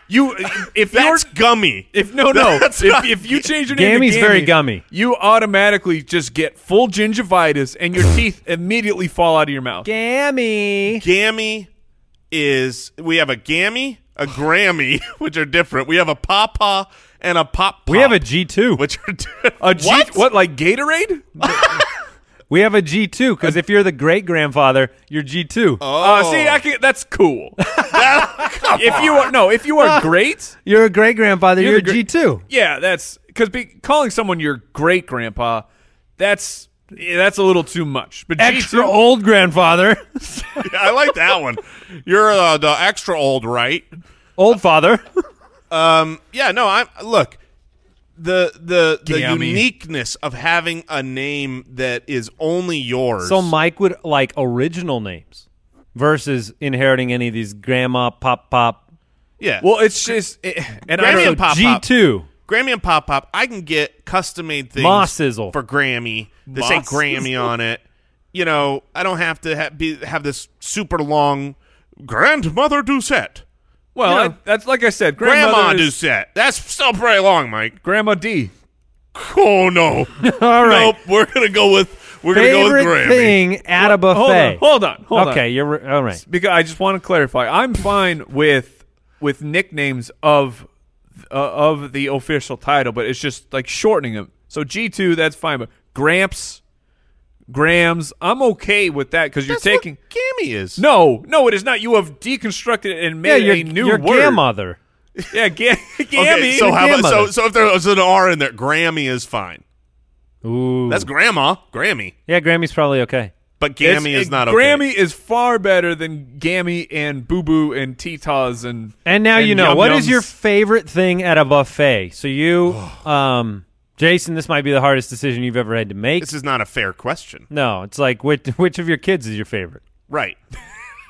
Speaker 3: you, if you're,
Speaker 4: that's gummy.
Speaker 3: if no, no,
Speaker 4: That's
Speaker 3: if,
Speaker 4: not-
Speaker 3: if you change your name,
Speaker 2: Gammy's
Speaker 3: to Gammy,
Speaker 2: very gummy.
Speaker 3: You automatically just get full gingivitis, and your teeth immediately fall out of your mouth.
Speaker 2: Gammy.
Speaker 4: Gammy is we have a Gammy, a Grammy, which are different. We have a Papa and a Pop.
Speaker 2: We have a G two.
Speaker 4: which are different.
Speaker 3: A G-
Speaker 4: what?
Speaker 3: what, like Gatorade?
Speaker 2: We have a G two because if you're the great grandfather, you're G two.
Speaker 3: Uh, see, I can, that's cool. if you are no, if you are great,
Speaker 2: You're a great grandfather. You're,
Speaker 3: the
Speaker 2: G two.
Speaker 3: Yeah, that's because be, calling someone your great grandpa, that's yeah, that's a little too much. But
Speaker 2: Extra
Speaker 3: G2,
Speaker 2: old grandfather.
Speaker 4: I like that one. You're uh, the extra old, right?
Speaker 2: old father.
Speaker 4: Yeah, no, I'm look. The the the
Speaker 3: Gammy.
Speaker 4: uniqueness of having a name that is only yours.
Speaker 2: so Mike would like original names versus inheriting any of these grandma pop pop.
Speaker 4: yeah.
Speaker 3: Well, it's just it, and I
Speaker 4: Grammy
Speaker 3: don't,
Speaker 4: and Pop
Speaker 2: G
Speaker 4: Pop.
Speaker 2: two.
Speaker 4: Grammy and Pop Pop, I can get custom made things
Speaker 2: Ma Sizzle.
Speaker 4: for Grammy. They say
Speaker 3: Ma
Speaker 4: Grammy on it. You know, I don't have to ha- be have this super long grandmother Doucette,
Speaker 3: well,
Speaker 4: you
Speaker 3: I-
Speaker 4: know.
Speaker 3: that's like I said,
Speaker 4: grandma
Speaker 3: grandmother is-
Speaker 4: Doucette. That's still pretty long, Mike.
Speaker 3: grandma D.
Speaker 4: Oh
Speaker 2: All
Speaker 4: no!
Speaker 2: right.
Speaker 4: Nope, we're gonna go with we're gonna go
Speaker 2: Favorite
Speaker 4: with Grammy.
Speaker 2: thing at a buffet.
Speaker 3: Hold on, hold on, hold on.
Speaker 2: okay, you're re- all right.
Speaker 3: because I just want to clarify. I'm fine with with nicknames of uh, of the official title, but it's just like shortening them. So G two, that's fine, but Gramps, Grams, I'm okay with that because you're
Speaker 4: That's
Speaker 3: taking.
Speaker 4: what Gammy is.
Speaker 3: No, no, it is not. You have deconstructed it and
Speaker 2: Yeah,
Speaker 3: made
Speaker 2: your,
Speaker 3: a new
Speaker 2: your
Speaker 3: word.
Speaker 2: grandmother.
Speaker 3: Yeah, ga- Gammy.
Speaker 4: Okay, so how about so
Speaker 2: grandmother.
Speaker 4: so if there's an R in there, Grammy is fine.
Speaker 2: Ooh.
Speaker 4: That's grandma, Grammy,
Speaker 2: yeah, Grammy's probably okay.
Speaker 4: but
Speaker 3: It's-
Speaker 4: Gammy
Speaker 3: it-
Speaker 4: is not okay.
Speaker 3: Grammy is far better than Gammy and Boo Boo and Titas and
Speaker 2: And now you know
Speaker 3: Yum
Speaker 2: what is
Speaker 3: Yums.
Speaker 2: your favorite thing at a buffet. So you, um, Jason, this might be the hardest decision you've ever had to make.
Speaker 4: This is not a fair question,
Speaker 2: no, it's like which which of your kids is your favorite?
Speaker 4: right?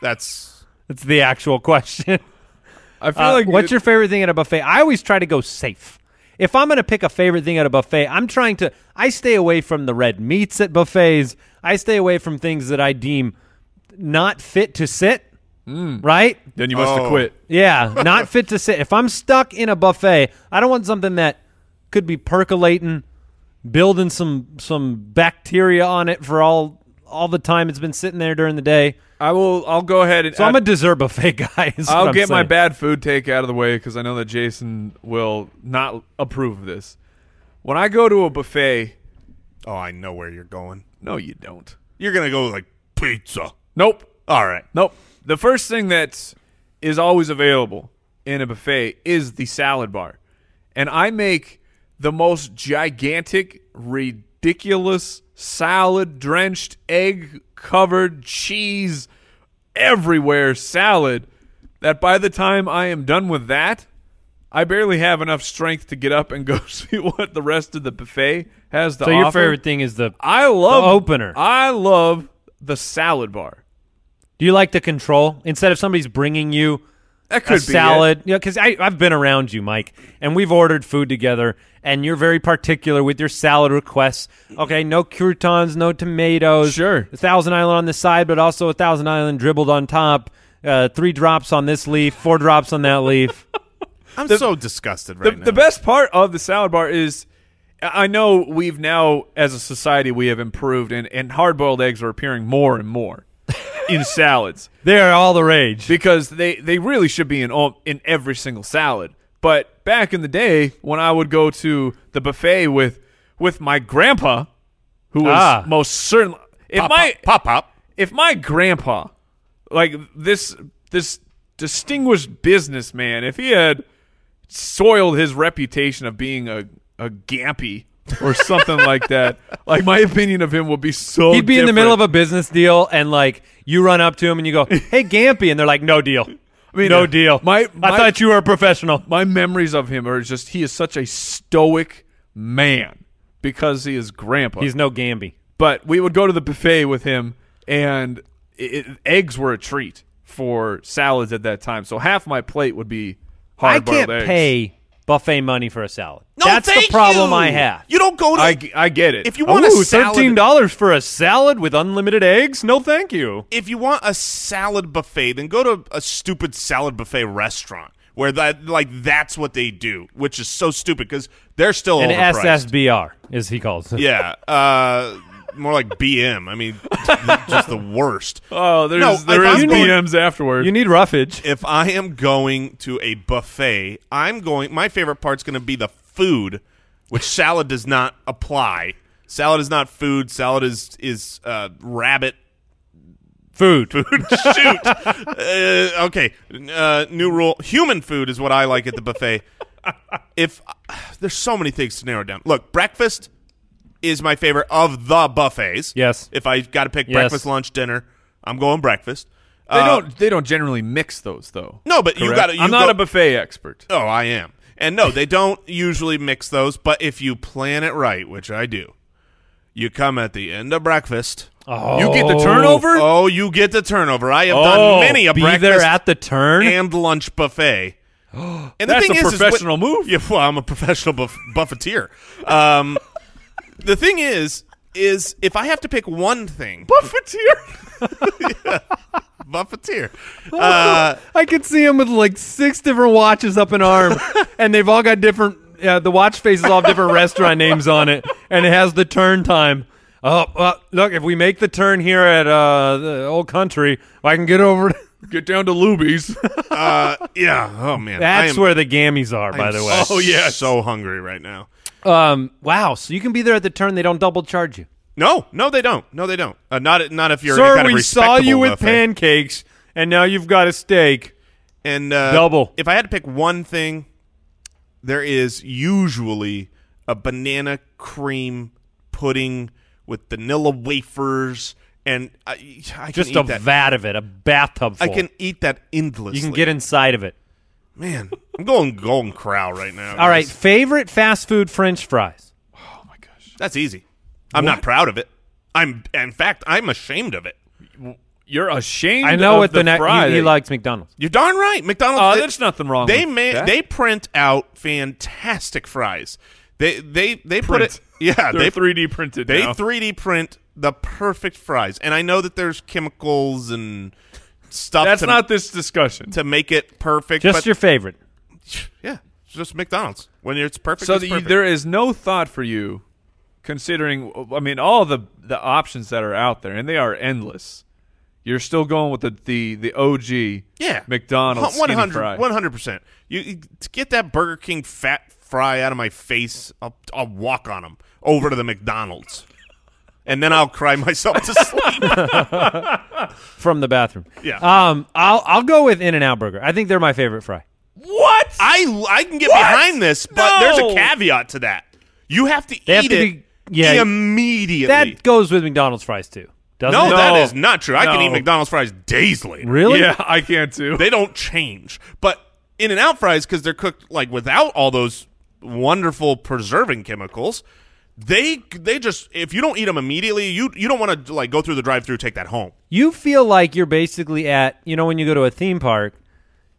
Speaker 4: That's
Speaker 2: It's the actual question.
Speaker 3: I feel
Speaker 2: Uh,
Speaker 3: like
Speaker 2: what's
Speaker 3: it-
Speaker 2: your favorite thing at a buffet? I always try to go safe. If I'm going to pick a favorite thing at a buffet, I'm trying to. I stay away from the red meats at buffets. I stay away from things that I deem not fit to sit.
Speaker 3: Mm.
Speaker 2: Right?
Speaker 3: Then you must have
Speaker 4: Oh.
Speaker 3: quit.
Speaker 2: Yeah, not fit to sit. If I'm stuck in a buffet, I don't want something that could be percolating, building some some bacteria on it for all all the time it's been sitting there during the day.
Speaker 3: I will. I'll go ahead and.
Speaker 2: So I'm
Speaker 3: I-
Speaker 2: a dessert buffet guy. is what
Speaker 3: Uh, I'll
Speaker 2: I'm
Speaker 3: get my
Speaker 2: saying.
Speaker 3: bad food take out of the way because I know that Jason will not approve of this. When I go to a buffet,
Speaker 4: Oh, I know where you're going.
Speaker 3: no, you don't.
Speaker 4: You're gonna go like pizza.
Speaker 3: Nope.
Speaker 4: All right.
Speaker 3: Nope. The first thing that is always available in a buffet is the salad bar. And I make the most gigantic, ridiculous salad drenched, egg covered, cheese everywhere salad that by the time I am done with that, I barely have enough strength to get up and go see what the rest of the buffet has to
Speaker 2: So
Speaker 3: offer.
Speaker 2: your favorite thing is the.
Speaker 3: I love
Speaker 2: The opener.
Speaker 3: I love the salad bar.
Speaker 2: Do you like the control instead of somebody's bringing you
Speaker 3: That could
Speaker 2: a
Speaker 3: be it.
Speaker 2: salad? You know, because I've been around you, Mike, and we've ordered food together, and you're very particular with your salad requests. Okay, no croutons, no tomatoes.
Speaker 3: Sure.
Speaker 2: a thousand island on the side, but also a thousand island dribbled on top. Uh, three drops on this leaf, four drops on that leaf.
Speaker 4: I'm so disgusted right
Speaker 3: the,
Speaker 4: now.
Speaker 3: the best part of the salad bar is I I know we've now as a society we have improved and, and hard boiled eggs are appearing more and more in salads
Speaker 2: They are all the rage.
Speaker 3: because they, they really should be in all, in every single salad. But back in the day when I would go to the buffet with with my grandpa, who was
Speaker 2: Ah.
Speaker 3: most certainly if
Speaker 4: pop,
Speaker 3: my
Speaker 4: pop up.
Speaker 3: if my grandpa, like this this distinguished businessman, if he had soiled his reputation of being a a gampy or something like that, like my opinion of him would be so.
Speaker 2: He'd be in the
Speaker 3: different.
Speaker 2: middle of a business deal, and like you run up to him and you go, "Hey, Gampy," and they're like, "No deal." I
Speaker 3: mean,
Speaker 2: no
Speaker 3: uh,
Speaker 2: deal.
Speaker 3: my-
Speaker 2: I
Speaker 3: my-
Speaker 2: thought you were a professional.
Speaker 3: my memories of him are just he is such a stoic man because he is grandpa.
Speaker 2: He's no Gamby.
Speaker 3: but we would go to the buffet with him, and it, it- eggs were a treat for salads at that time. So half my plate would be
Speaker 2: I
Speaker 3: hard boiled eggs.
Speaker 2: can't pay buffet money for a salad.
Speaker 4: No,
Speaker 2: That's the
Speaker 4: thank
Speaker 2: problem
Speaker 4: you.
Speaker 2: I have.
Speaker 4: You don't go to.
Speaker 3: I, I get it.
Speaker 4: if you want
Speaker 2: Ooh,
Speaker 4: a salad,
Speaker 2: thirteen dollars for a salad with unlimited eggs? No, thank you.
Speaker 4: if you want a salad buffet, then go to a stupid salad buffet restaurant where that like that's what they do, which is so stupid because they're still
Speaker 2: An
Speaker 4: overpriced.
Speaker 2: SSBR, as he calls it.
Speaker 4: Yeah, uh, more like BM. I mean, just the worst.
Speaker 3: Oh, there's
Speaker 4: No,
Speaker 3: there
Speaker 4: if
Speaker 3: is
Speaker 4: I'm going-
Speaker 3: DMs afterwards.
Speaker 2: You need roughage.
Speaker 4: if I am going to a buffet, I'm going. My favorite part's going to be the food, which salad does not apply. Salad is not food. Salad is is uh, rabbit
Speaker 2: Food.
Speaker 4: shoot. Uh, okay, uh, new rule: human food is what I like at the buffet. if there's so many things to narrow down. Look, breakfast is my favorite of the buffets.
Speaker 2: Yes.
Speaker 4: If I got to pick
Speaker 2: Yes.
Speaker 4: breakfast, lunch, dinner, I'm going breakfast.
Speaker 3: they
Speaker 4: Uh,
Speaker 3: don't they don't generally mix those though.
Speaker 4: No, but you
Speaker 3: Correct?
Speaker 4: gotta- you
Speaker 3: I'm not
Speaker 4: go-
Speaker 3: a buffet expert.
Speaker 4: Oh, I am. And no, they don't usually mix those. But if you plan it right, which I do, you come at the end of breakfast.
Speaker 3: You get the turnover.
Speaker 4: Oh, you get the turnover. I have
Speaker 3: Oh,
Speaker 4: done many a
Speaker 2: Be
Speaker 4: breakfast
Speaker 2: there at the turn.
Speaker 4: and lunch buffet. And the
Speaker 3: That's
Speaker 4: thing
Speaker 3: a
Speaker 4: is,
Speaker 3: professional
Speaker 4: is when-
Speaker 3: move.
Speaker 4: Yeah, well, I'm a professional buff- buffeteer. Um, the thing is, is if I have to pick one thing,
Speaker 3: Buffeteer.
Speaker 4: buffeteer. Uh,
Speaker 2: I could see him with like six different watches up an arm, and they've all got different. Uh, the watch faces all have different restaurant names on it, and it has the turn time. Oh, uh, look! If we make the turn here at uh, the old country, I can get over.
Speaker 3: Get down to Luby's.
Speaker 4: uh, yeah. Oh man, I
Speaker 2: That's
Speaker 4: am-
Speaker 2: where the gammies are,
Speaker 4: I
Speaker 2: by
Speaker 4: am
Speaker 2: the way.
Speaker 4: so- Oh,
Speaker 3: yes.
Speaker 4: so hungry right now.
Speaker 2: Um, wow! So you can be there at the turn; they don't double charge you.
Speaker 4: No, no, they don't. No, they don't. Uh, not not if you're any
Speaker 2: Sir,
Speaker 4: kind of
Speaker 2: we saw you
Speaker 4: respectable
Speaker 2: with
Speaker 4: buffet.
Speaker 2: pancakes, and now you've got a steak.
Speaker 4: And uh,
Speaker 2: Double.
Speaker 4: If I had to pick one thing, there is usually a banana cream pudding with vanilla wafers, and I, I can
Speaker 2: Just
Speaker 4: eat
Speaker 2: a
Speaker 4: that.
Speaker 2: vat of it, a bathtub full.
Speaker 4: I can eat that endlessly.
Speaker 2: you can get inside of it.
Speaker 4: man. I'm going golden crow right now.
Speaker 2: All right,
Speaker 4: guys.
Speaker 2: favorite fast food French fries.
Speaker 4: that's easy. I'm not proud of it. I'm in fact I'm ashamed of it.
Speaker 3: You're ashamed.
Speaker 2: I know
Speaker 3: of
Speaker 2: what the, next
Speaker 3: fry
Speaker 2: he,
Speaker 3: that-
Speaker 2: he likes McDonald's.
Speaker 4: You're darn right. McDonald's.
Speaker 2: Uh,
Speaker 3: Oh,
Speaker 4: they-
Speaker 3: there's nothing wrong.
Speaker 4: They
Speaker 3: with
Speaker 4: ma-
Speaker 3: that.
Speaker 4: they print out fantastic fries. They they they put
Speaker 3: Print.
Speaker 4: it. Yeah,
Speaker 3: They're
Speaker 4: they
Speaker 3: 3D printed.
Speaker 4: They
Speaker 3: now.
Speaker 4: 3D print the perfect fries, and I know that there's chemicals and stuff.
Speaker 3: That's
Speaker 4: to,
Speaker 3: not this discussion.
Speaker 4: to make it perfect.
Speaker 2: Just
Speaker 4: but
Speaker 2: your favorite.
Speaker 4: yeah, it's just McDonald's when it's perfect.
Speaker 3: so
Speaker 4: it's
Speaker 3: that you,
Speaker 4: perfect.
Speaker 3: there is no thought for you, considering. I mean, all the the options that are out there, and they are endless. You're still going with the the, the OG.
Speaker 4: yeah
Speaker 3: McDonald's
Speaker 4: one
Speaker 3: skinny fry.
Speaker 4: hundred one hundred percent. You you- to get that Burger King fat fry out of my face. I'll, I'll walk on them over to the McDonald's, and then I'll cry myself to sleep.
Speaker 2: from the bathroom.
Speaker 4: Yeah.
Speaker 2: Um, I'll I'll go with In and Out Burger. I think they're my favorite fry.
Speaker 3: What?
Speaker 4: I I can get behind this, but there's
Speaker 3: No.
Speaker 4: a caveat to that. You have to
Speaker 2: They
Speaker 4: eat
Speaker 2: have to
Speaker 4: it
Speaker 2: be- yeah.
Speaker 4: immediately.
Speaker 2: That goes with McDonald's fries too. Doesn't
Speaker 4: No,
Speaker 2: it?
Speaker 4: that
Speaker 3: No.
Speaker 4: is not true. I can
Speaker 3: No.
Speaker 4: eat McDonald's fries days later.
Speaker 2: Really?
Speaker 3: Yeah, I can too.
Speaker 4: They don't change. But In and Out fries, because they're cooked like without all those wonderful preserving chemicals, they they just if you don't eat them immediately, you you don't want to like go through the drive through take that home.
Speaker 2: You feel like you're basically at you know when you go to a theme park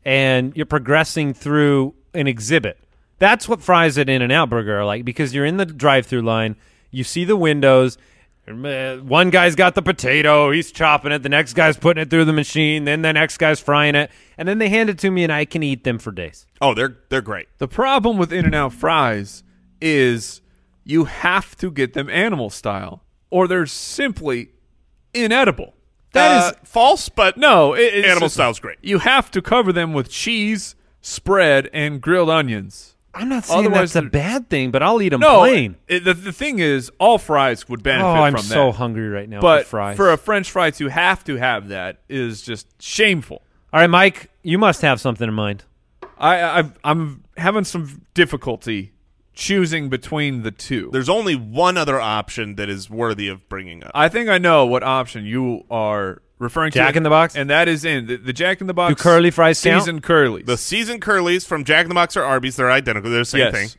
Speaker 2: and you're progressing through an exhibit. That's what fries at In and Out Burger are like because you're in the drive-through line. You see the windows. uh, One guy's got the potato. He's chopping it. The next guy's putting it through the machine. Then the next guy's frying it. And then they hand it to me, and I can eat them for days.
Speaker 4: Oh, they're they're great.
Speaker 3: The problem with In and Out fries is you have to get them animal style, or they're simply inedible. That is
Speaker 4: Uh, false, but
Speaker 3: no it- it's
Speaker 4: animal
Speaker 3: just-
Speaker 4: style's great.
Speaker 3: You have to cover them with cheese, spread, and grilled onions.
Speaker 2: I'm not saying
Speaker 3: Otherwise
Speaker 2: that's a
Speaker 3: they're-
Speaker 2: bad thing, but I'll eat them
Speaker 3: No,
Speaker 2: plain.
Speaker 3: it- the, the thing is, all fries would benefit
Speaker 2: Oh, I'm
Speaker 3: from
Speaker 2: so
Speaker 3: that.
Speaker 2: hungry right now
Speaker 3: But
Speaker 2: for fries.
Speaker 3: a French fry to have to have that is just shameful.
Speaker 2: All right, Mike, you must have something in mind.
Speaker 3: I, I've, I'm having some difficulty choosing between the two.
Speaker 4: There's only one other option that is worthy of bringing up.
Speaker 3: I think I know what option you are referring to.
Speaker 2: Jack in the Box?
Speaker 3: and that is in the, the Jack in the Box.
Speaker 2: Do curly fries count?
Speaker 3: seasoned curly.
Speaker 4: The seasoned curlies from Jack in the Box or Arby's, they're identical. They're the same
Speaker 3: Yes.
Speaker 4: thing.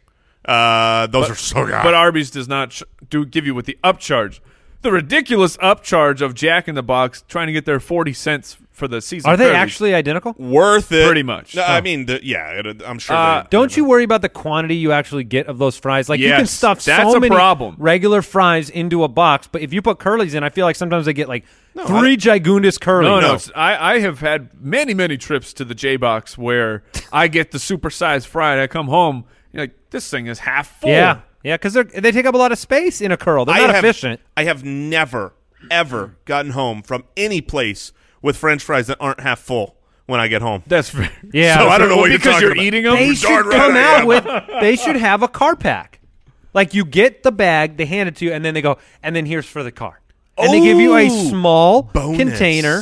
Speaker 4: Uh, those are so good.
Speaker 3: but Arby's does not ch- do give you with the upcharge, the ridiculous upcharge of Jack in the Box trying to get their forty cents for the season.
Speaker 2: Are they actually identical?
Speaker 4: worth it.
Speaker 3: Pretty much.
Speaker 4: No, I
Speaker 3: Oh.
Speaker 4: mean, the, yeah, it, I'm sure.
Speaker 3: Uh,
Speaker 4: they're-
Speaker 2: Don't you worry about the quantity you actually get of those fries? Like you can
Speaker 3: Yes,
Speaker 2: stuff
Speaker 3: that's
Speaker 2: so
Speaker 3: a
Speaker 2: many
Speaker 3: problem.
Speaker 2: regular fries into a box, but if you put curlies in, I feel like sometimes they get like three
Speaker 4: I-
Speaker 2: gigundous curlies.
Speaker 3: Oh, No, no.
Speaker 4: No.
Speaker 3: it's- I, I have had many, many trips to the J Box where I get the supersized fry and I come home. You're like, this thing is half full.
Speaker 2: Yeah, yeah, because they they take up a lot of space in a curl. They're
Speaker 4: I
Speaker 2: not
Speaker 4: have,
Speaker 2: efficient.
Speaker 4: I have never, ever gotten home from any place with French fries that aren't half full when I get home.
Speaker 3: That's fair.
Speaker 2: Yeah,
Speaker 4: so I don't know what you're
Speaker 3: because
Speaker 4: talking
Speaker 3: you're
Speaker 4: about.
Speaker 3: eating them.
Speaker 2: they
Speaker 4: You're
Speaker 2: should
Speaker 4: darn right
Speaker 2: come
Speaker 4: I
Speaker 2: out
Speaker 4: am.
Speaker 2: with. They should have a car pack. Like you get the bag, they hand it to you, and then they go, and then here's for the car, and they give you a
Speaker 4: Oh,
Speaker 2: small
Speaker 4: Bonus.
Speaker 2: container.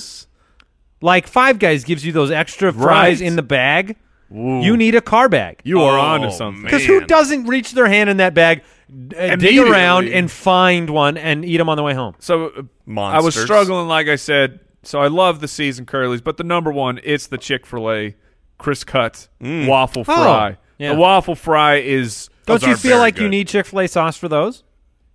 Speaker 2: Like Five Guys gives you those extra fries
Speaker 3: Right.
Speaker 2: in the bag. You need a car bag.
Speaker 3: you are
Speaker 4: Oh,
Speaker 3: onto something.
Speaker 4: man.
Speaker 2: Because who doesn't reach their hand in that bag, d- uh, dig
Speaker 3: Immediately.
Speaker 2: around, and find one and eat them on the way home?
Speaker 3: So uh, I was
Speaker 4: Monsters.
Speaker 3: struggling, like I said. So I love the seasoned curlies, but the number one, it's the Chick Fil A Chris Cut waffle fry.
Speaker 2: Oh. yeah.
Speaker 3: The waffle fry is
Speaker 2: Don't
Speaker 4: Mm. Those
Speaker 2: you
Speaker 4: are
Speaker 2: feel
Speaker 4: very
Speaker 2: like you
Speaker 4: good.
Speaker 2: need Chick fil A sauce for those?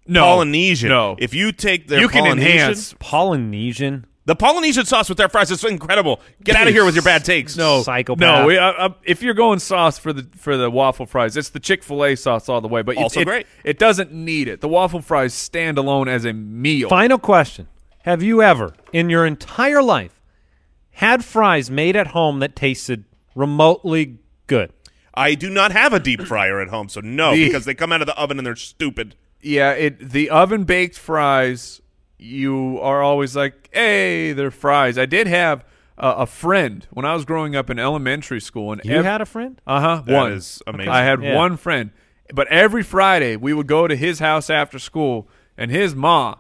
Speaker 3: no
Speaker 4: Polynesian.
Speaker 3: No,
Speaker 4: If you take their
Speaker 3: You can
Speaker 4: Polynesian-
Speaker 3: enhance.
Speaker 2: Polynesian.
Speaker 4: the Polynesian sauce with their fries is incredible. Get out of here with your bad takes.
Speaker 2: No. psychopath.
Speaker 3: No, we, I, I, if you're going sauce for the for the waffle fries, it's the Chick Fil A sauce all the way. But it-
Speaker 4: Also
Speaker 3: it,
Speaker 4: great.
Speaker 3: It doesn't need it. The waffle fries stand alone as a meal.
Speaker 2: Final question Have you ever, in your entire life, had fries made at home that tasted remotely good?
Speaker 4: I do not have a deep fryer at home, so no,
Speaker 3: The-
Speaker 4: because they come out of the oven and they're stupid.
Speaker 3: Yeah, it the oven baked fries. You are always like, hey, they're fries. I did have uh, a friend when I was growing up in elementary school, and
Speaker 2: You had a friend?
Speaker 3: uh huh
Speaker 4: That
Speaker 3: one
Speaker 4: is amazing.
Speaker 3: I had
Speaker 2: Yeah.
Speaker 3: one friend, but every Friday we would go to his house after school, and his ma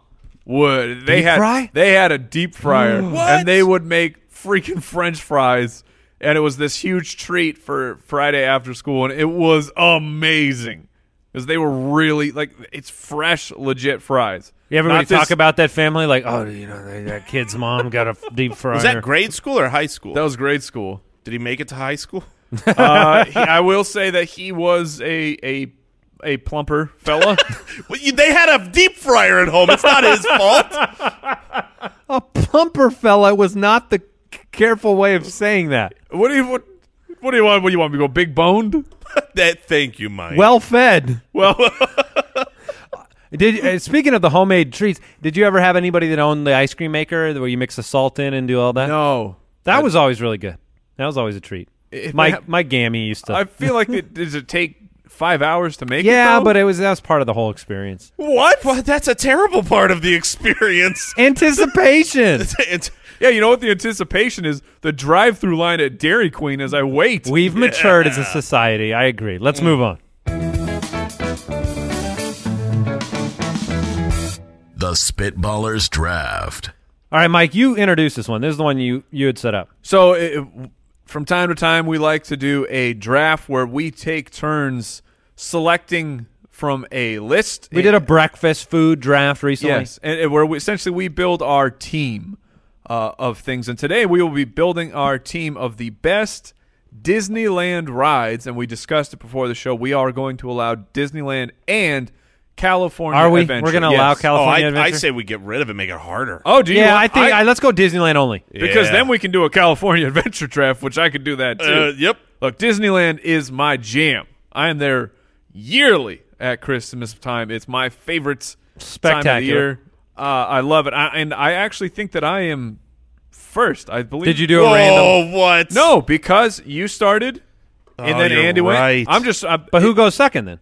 Speaker 3: would they
Speaker 2: Deep
Speaker 3: had
Speaker 2: fry?
Speaker 3: they had a deep fryer, and they would make freaking French fries. And it was this huge treat for Friday after school, and it was amazing because they were really like it's fresh, legit fries.
Speaker 2: You ever
Speaker 3: Not
Speaker 2: talk
Speaker 3: this-
Speaker 2: about that family? Like, oh, you know, that- that kid's mom got a f- deep fryer.
Speaker 4: Was that grade school or high school?
Speaker 3: that was grade school.
Speaker 4: Did he make it to high school?
Speaker 3: Uh, he- I will say that he was a a a plumper fella.
Speaker 4: Well, you- they had a deep fryer at home. It's not his fault.
Speaker 2: A plumper fella was not the c- careful way of saying that.
Speaker 3: What do you what? What do you want? What do you want me to go big boned?
Speaker 4: that thank you, Mike.
Speaker 2: Well fed.
Speaker 3: Well,
Speaker 2: Did uh, speaking of the homemade treats, did you ever have anybody that owned the ice cream maker where you mix the salt in and do all that?
Speaker 3: no.
Speaker 2: that was always really good. That was always a treat.
Speaker 3: It-
Speaker 2: my
Speaker 3: it-
Speaker 2: my gammy used to.
Speaker 3: I feel like it, does it take five hours to make it?
Speaker 2: yeah,
Speaker 3: though?
Speaker 2: but it was that was part of the whole experience.
Speaker 4: what? Well, that's a terrible part of the experience.
Speaker 2: Anticipation.
Speaker 4: It's-
Speaker 3: yeah, you know what the anticipation is? The drive-through line at Dairy Queen as I wait.
Speaker 2: We've matured as a society. I agree.
Speaker 3: Mm.
Speaker 2: Let's move on.
Speaker 1: The Spitballers Draft.
Speaker 2: All right, Mike, you introduced this one. This is the one you you had set up.
Speaker 3: So, it, it- from time to time, we like to do a draft where we take turns selecting from a list.
Speaker 2: We did a breakfast food draft recently.
Speaker 3: yes, and, and where we, essentially we build our team uh, of things. And today we will be building our team of the best Disneyland rides. And we discussed it before the show. We are going to allow Disneyland and California.
Speaker 2: Are we?
Speaker 3: Adventure.
Speaker 2: We're going to allow
Speaker 3: Yes.
Speaker 4: oh, I,
Speaker 2: California
Speaker 4: I
Speaker 2: Adventure?
Speaker 4: say we get rid of it, make it harder.
Speaker 3: Oh, do you?
Speaker 2: yeah,
Speaker 3: want-
Speaker 2: I think I, let's go Disneyland only.
Speaker 3: because
Speaker 4: Yeah.
Speaker 3: then we can do a California Adventure draft, which I could do that too.
Speaker 4: Uh, yep.
Speaker 3: Look, Disneyland is my jam. I am there yearly at Christmas time. It's my favorite time of
Speaker 2: Spectacular.
Speaker 3: the year. Uh, I love it, I, and I actually think that I am first. I believe.
Speaker 2: Did you do a
Speaker 4: Whoa,
Speaker 2: random?
Speaker 4: what?
Speaker 3: No, because you started, and
Speaker 4: Oh,
Speaker 3: then
Speaker 4: you're
Speaker 3: Andy
Speaker 4: right.
Speaker 3: went. I'm just. I,
Speaker 2: But who goes second then?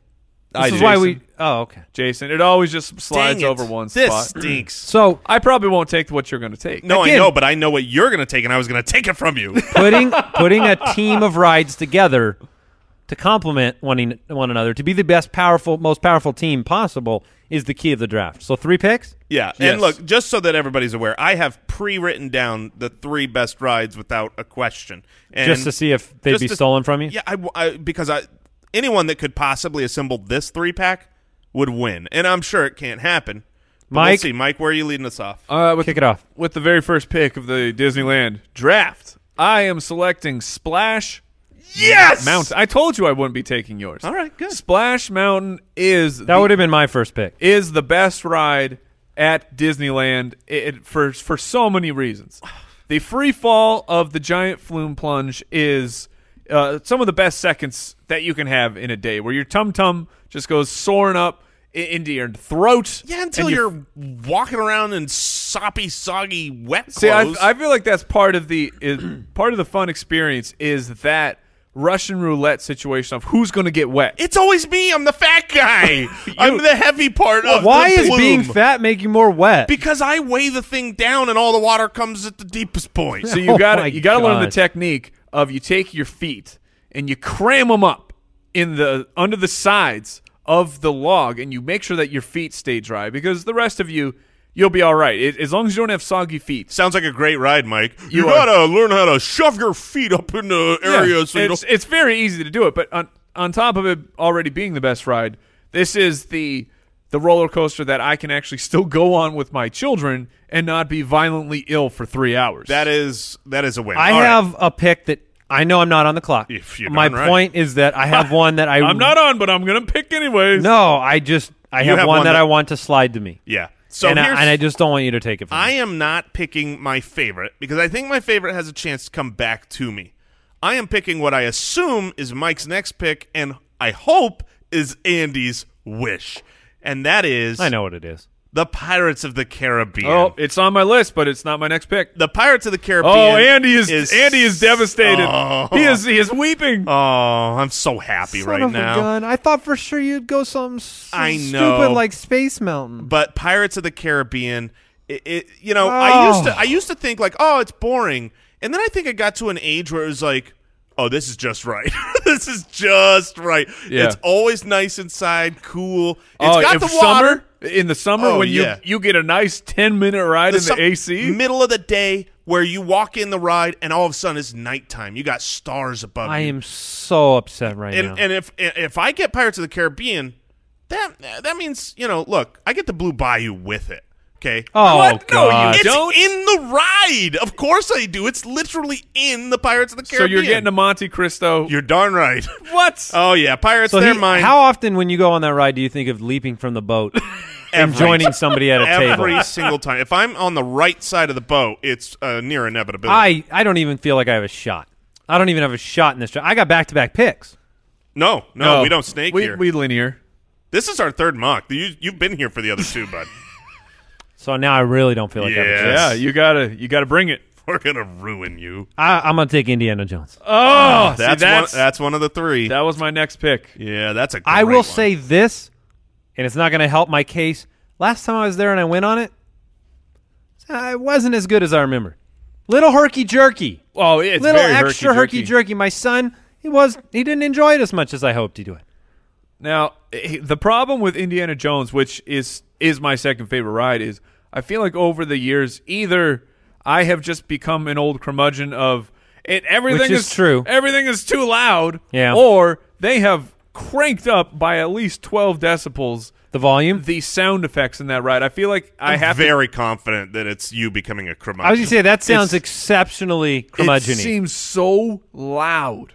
Speaker 2: This
Speaker 3: I
Speaker 2: is
Speaker 3: do.
Speaker 2: why we. Oh, okay.
Speaker 3: Jason? It always just
Speaker 4: Dang
Speaker 3: slides
Speaker 4: it.
Speaker 3: over one
Speaker 4: this
Speaker 3: spot. Mm.
Speaker 4: stinks.
Speaker 2: So
Speaker 3: I probably won't take what you're going to take.
Speaker 4: No,
Speaker 2: Again-
Speaker 4: I know, but I know what you're going to take, and I was going to take it from you.
Speaker 2: putting putting a team of rides together to complement one, one another to be the best powerful most powerful team possible is the key of the draft. So three picks.
Speaker 4: yeah.
Speaker 3: Yes.
Speaker 4: And look, just so that everybody's aware, I have pre-written down the three best rides without a question, and
Speaker 2: Just to see if they'd
Speaker 4: just
Speaker 2: be
Speaker 4: to-
Speaker 2: stolen from you?
Speaker 4: Yeah, I, I- because I anyone that could possibly assemble this three pack would win, and I'm sure it can't happen. But we'll
Speaker 2: Mike?
Speaker 4: see, Mike, where are you leading us off?
Speaker 3: Uh, with
Speaker 2: Kick it off.
Speaker 3: with the very first pick of the Disneyland draft. I am selecting Splash
Speaker 4: yes,
Speaker 3: Mountain. I told you I wouldn't be taking yours.
Speaker 4: All right, good.
Speaker 3: Splash Mountain is
Speaker 2: That
Speaker 3: the,
Speaker 2: would have been my first pick.
Speaker 3: is the best ride at Disneyland it, it- for for so many reasons. The free fall of the giant flume plunge is uh, some of the best seconds that you can have in a day, where your tum tum just goes soaring up i- into your throat.
Speaker 4: Yeah,
Speaker 3: and
Speaker 4: until
Speaker 3: your
Speaker 4: you're walking around in soppy, soggy, wet clothes.
Speaker 3: See, I, I feel like that's part of the is, part of the fun experience is that Russian roulette situation of who's going to get wet.
Speaker 4: it's always me. I'm the fat guy. I'm the heavy part of
Speaker 2: Why
Speaker 4: the
Speaker 2: is
Speaker 4: plume.
Speaker 2: being fat make you more wet?
Speaker 4: Because I weigh the thing down, and all the water comes at the deepest point.
Speaker 3: So you
Speaker 2: Oh
Speaker 3: got
Speaker 2: my
Speaker 3: to you got to learn the
Speaker 2: gosh.
Speaker 3: technique of you take your feet and you cram them up in the under the sides of the log, and you make sure that your feet stay dry because the rest of you you'll be all right It- as long as you don't have soggy feet.
Speaker 4: Sounds like a great ride, Mike. You,
Speaker 3: You are-
Speaker 4: gotta learn how to shove your feet up in the area so you
Speaker 3: it's,
Speaker 4: don't.
Speaker 3: it's very easy to do it, but on on top of it already being the best ride, this is the the roller coaster that I can actually still go on with my children and not be violently ill for three hours.
Speaker 4: That is that is a win.
Speaker 2: I
Speaker 4: All right.
Speaker 2: have a pick that I know I'm not on the clock.
Speaker 4: If you're
Speaker 2: my
Speaker 4: darn right.
Speaker 2: point is that I have one that I
Speaker 3: I'm not on, but I'm gonna pick anyways.
Speaker 2: No, I just I have,
Speaker 4: have
Speaker 2: one,
Speaker 4: one
Speaker 2: that,
Speaker 4: that-
Speaker 2: I want to slide to me.
Speaker 4: Yeah. So
Speaker 2: and, I,
Speaker 4: here's,
Speaker 2: and I just don't want you to take it from
Speaker 4: I
Speaker 2: me.
Speaker 4: am not picking my favorite because I think my favorite has a chance to come back to me. I am picking what I assume is Mike's next pick, and I hope is Andy's wish, and that is
Speaker 2: I know what it is.
Speaker 4: the Pirates of the Caribbean.
Speaker 3: Oh, it's on my list, but it's not my next pick.
Speaker 4: The Pirates of the Caribbean.
Speaker 3: Oh, Andy is, Andy is devastated.
Speaker 4: Oh,
Speaker 3: He is he is weeping.
Speaker 4: Oh, I'm so happy right now.
Speaker 2: I thought for sure you'd go some s-
Speaker 4: I know.
Speaker 2: Space Mountain.
Speaker 4: but Pirates of the Caribbean, it, it you know, I used to I used to think like, oh, it's boring, and then I think I got to an age where it was like, oh, this is just right. this is just right.
Speaker 3: Yeah.
Speaker 4: It's always nice inside, cool. It's
Speaker 3: Oh,
Speaker 4: got
Speaker 3: if
Speaker 4: the water.
Speaker 3: summer in the summer
Speaker 4: Oh,
Speaker 3: when you
Speaker 4: yeah.
Speaker 3: you get a nice ten minute ride in
Speaker 4: sum-
Speaker 3: the AC.
Speaker 4: middle of the day where you walk in the ride and all of a sudden it's nighttime. You got stars above
Speaker 2: I
Speaker 4: you.
Speaker 2: am so upset right
Speaker 4: and
Speaker 2: now.
Speaker 4: and if if I get Pirates of the Caribbean, that that means you know, look, I get the Blue Bayou with it. Okay.
Speaker 2: Oh,
Speaker 3: What? No, you
Speaker 2: God.
Speaker 4: It's
Speaker 3: don't?
Speaker 4: in the ride. Of course I do. It's literally in the Pirates of the
Speaker 3: so
Speaker 4: Caribbean.
Speaker 3: you're getting a Monte Cristo.
Speaker 4: You're darn right.
Speaker 3: what?
Speaker 4: Oh yeah, Pirates.
Speaker 2: So
Speaker 4: they're
Speaker 2: he-
Speaker 4: mine.
Speaker 2: How often when you go on that ride do you think of leaping from the boat? and
Speaker 4: every
Speaker 2: joining somebody at a
Speaker 4: every
Speaker 2: table.
Speaker 4: single time. If I'm on the right side of the boat, it's uh, near inevitability.
Speaker 2: I, I don't even feel like I have a shot. I don't even have a shot in this. dra- I got back to back picks.
Speaker 4: no, no, we don't snake
Speaker 3: we,
Speaker 4: here.
Speaker 3: We linear.
Speaker 4: this is our third mock. You, you've been here for the other two, bud.
Speaker 2: So now I really don't feel like I have a
Speaker 4: Yeah.
Speaker 2: shot.
Speaker 3: Yeah, you gotta you gotta bring it.
Speaker 4: We're gonna ruin you.
Speaker 2: I, I'm going to take Indiana Jones.
Speaker 3: Oh,
Speaker 4: That's
Speaker 3: that's,
Speaker 4: one, that's one of the three.
Speaker 3: that was my next pick.
Speaker 4: yeah, that's a. Great
Speaker 2: I will
Speaker 4: one.
Speaker 2: say this, and it's not going to help my case. Last time I was there and I went on it, it wasn't as good as I remember. Little herky jerky,
Speaker 3: Oh, it's
Speaker 2: little
Speaker 3: very
Speaker 2: extra herky
Speaker 3: herky-jerky.
Speaker 2: jerky. My son, he was he didn't enjoy it as much as I hoped he would.
Speaker 3: Now, eh, the problem with Indiana Jones, which is is my second favorite ride, is I feel like over the years, either I have just become an old curmudgeon of it. Everything
Speaker 2: Which is true.
Speaker 3: Everything is too loud.
Speaker 2: Yeah.
Speaker 3: Or they have cranked up by at least twelve decibels
Speaker 2: The volume.
Speaker 3: the sound effects in that ride. I feel like I
Speaker 4: I'm
Speaker 3: have to.
Speaker 4: very confident that it's you becoming a curmudgeon.
Speaker 2: I was going to say that sounds
Speaker 3: It's-
Speaker 2: exceptionally
Speaker 3: It
Speaker 2: curmudgeon
Speaker 3: seems so loud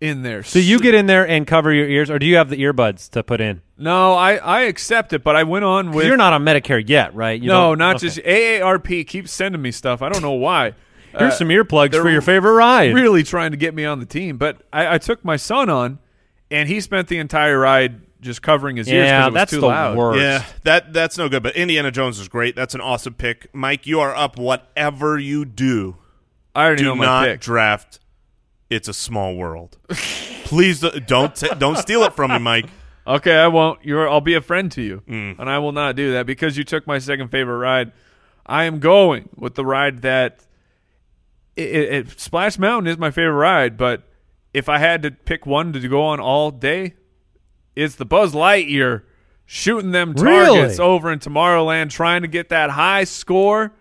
Speaker 3: in there.
Speaker 2: So you get in there and cover your ears, or do you have the earbuds to put in?
Speaker 3: no. I I accept it, but I went on
Speaker 2: 'Cause
Speaker 3: with
Speaker 2: You're not on Medicare yet, right? You
Speaker 3: no,
Speaker 2: don't-
Speaker 3: not
Speaker 2: okay.
Speaker 3: just AARP keeps sending me stuff. I don't know why.
Speaker 2: Here's
Speaker 3: Uh,
Speaker 2: some earplugs
Speaker 3: they're
Speaker 2: for your favorite ride.
Speaker 3: Really trying to get me on the team, but I, I took my son on, and he spent the entire ride just covering his ears because
Speaker 2: yeah,
Speaker 3: it was
Speaker 2: that's
Speaker 3: too
Speaker 2: the
Speaker 3: loud.
Speaker 2: worst.
Speaker 4: Yeah, that that's no good. But Indiana Jones is great. That's an awesome pick, Mike. You are up. Whatever you do,
Speaker 3: I already
Speaker 4: do
Speaker 3: know my
Speaker 4: not
Speaker 3: pick.
Speaker 4: draft. It's a small world. Please do- don't t- don't steal it from me, Mike.
Speaker 3: okay, I won't. You're. I'll be a friend to you,
Speaker 2: Mm.
Speaker 3: and I will not do that because you took my second favorite ride. I am going with the ride that. It, it, it- Splash Mountain is my favorite ride, but if I had to pick one to go on all day, it's the Buzz Lightyear shooting them
Speaker 2: Really?
Speaker 3: targets over in Tomorrowland, trying to get that high score.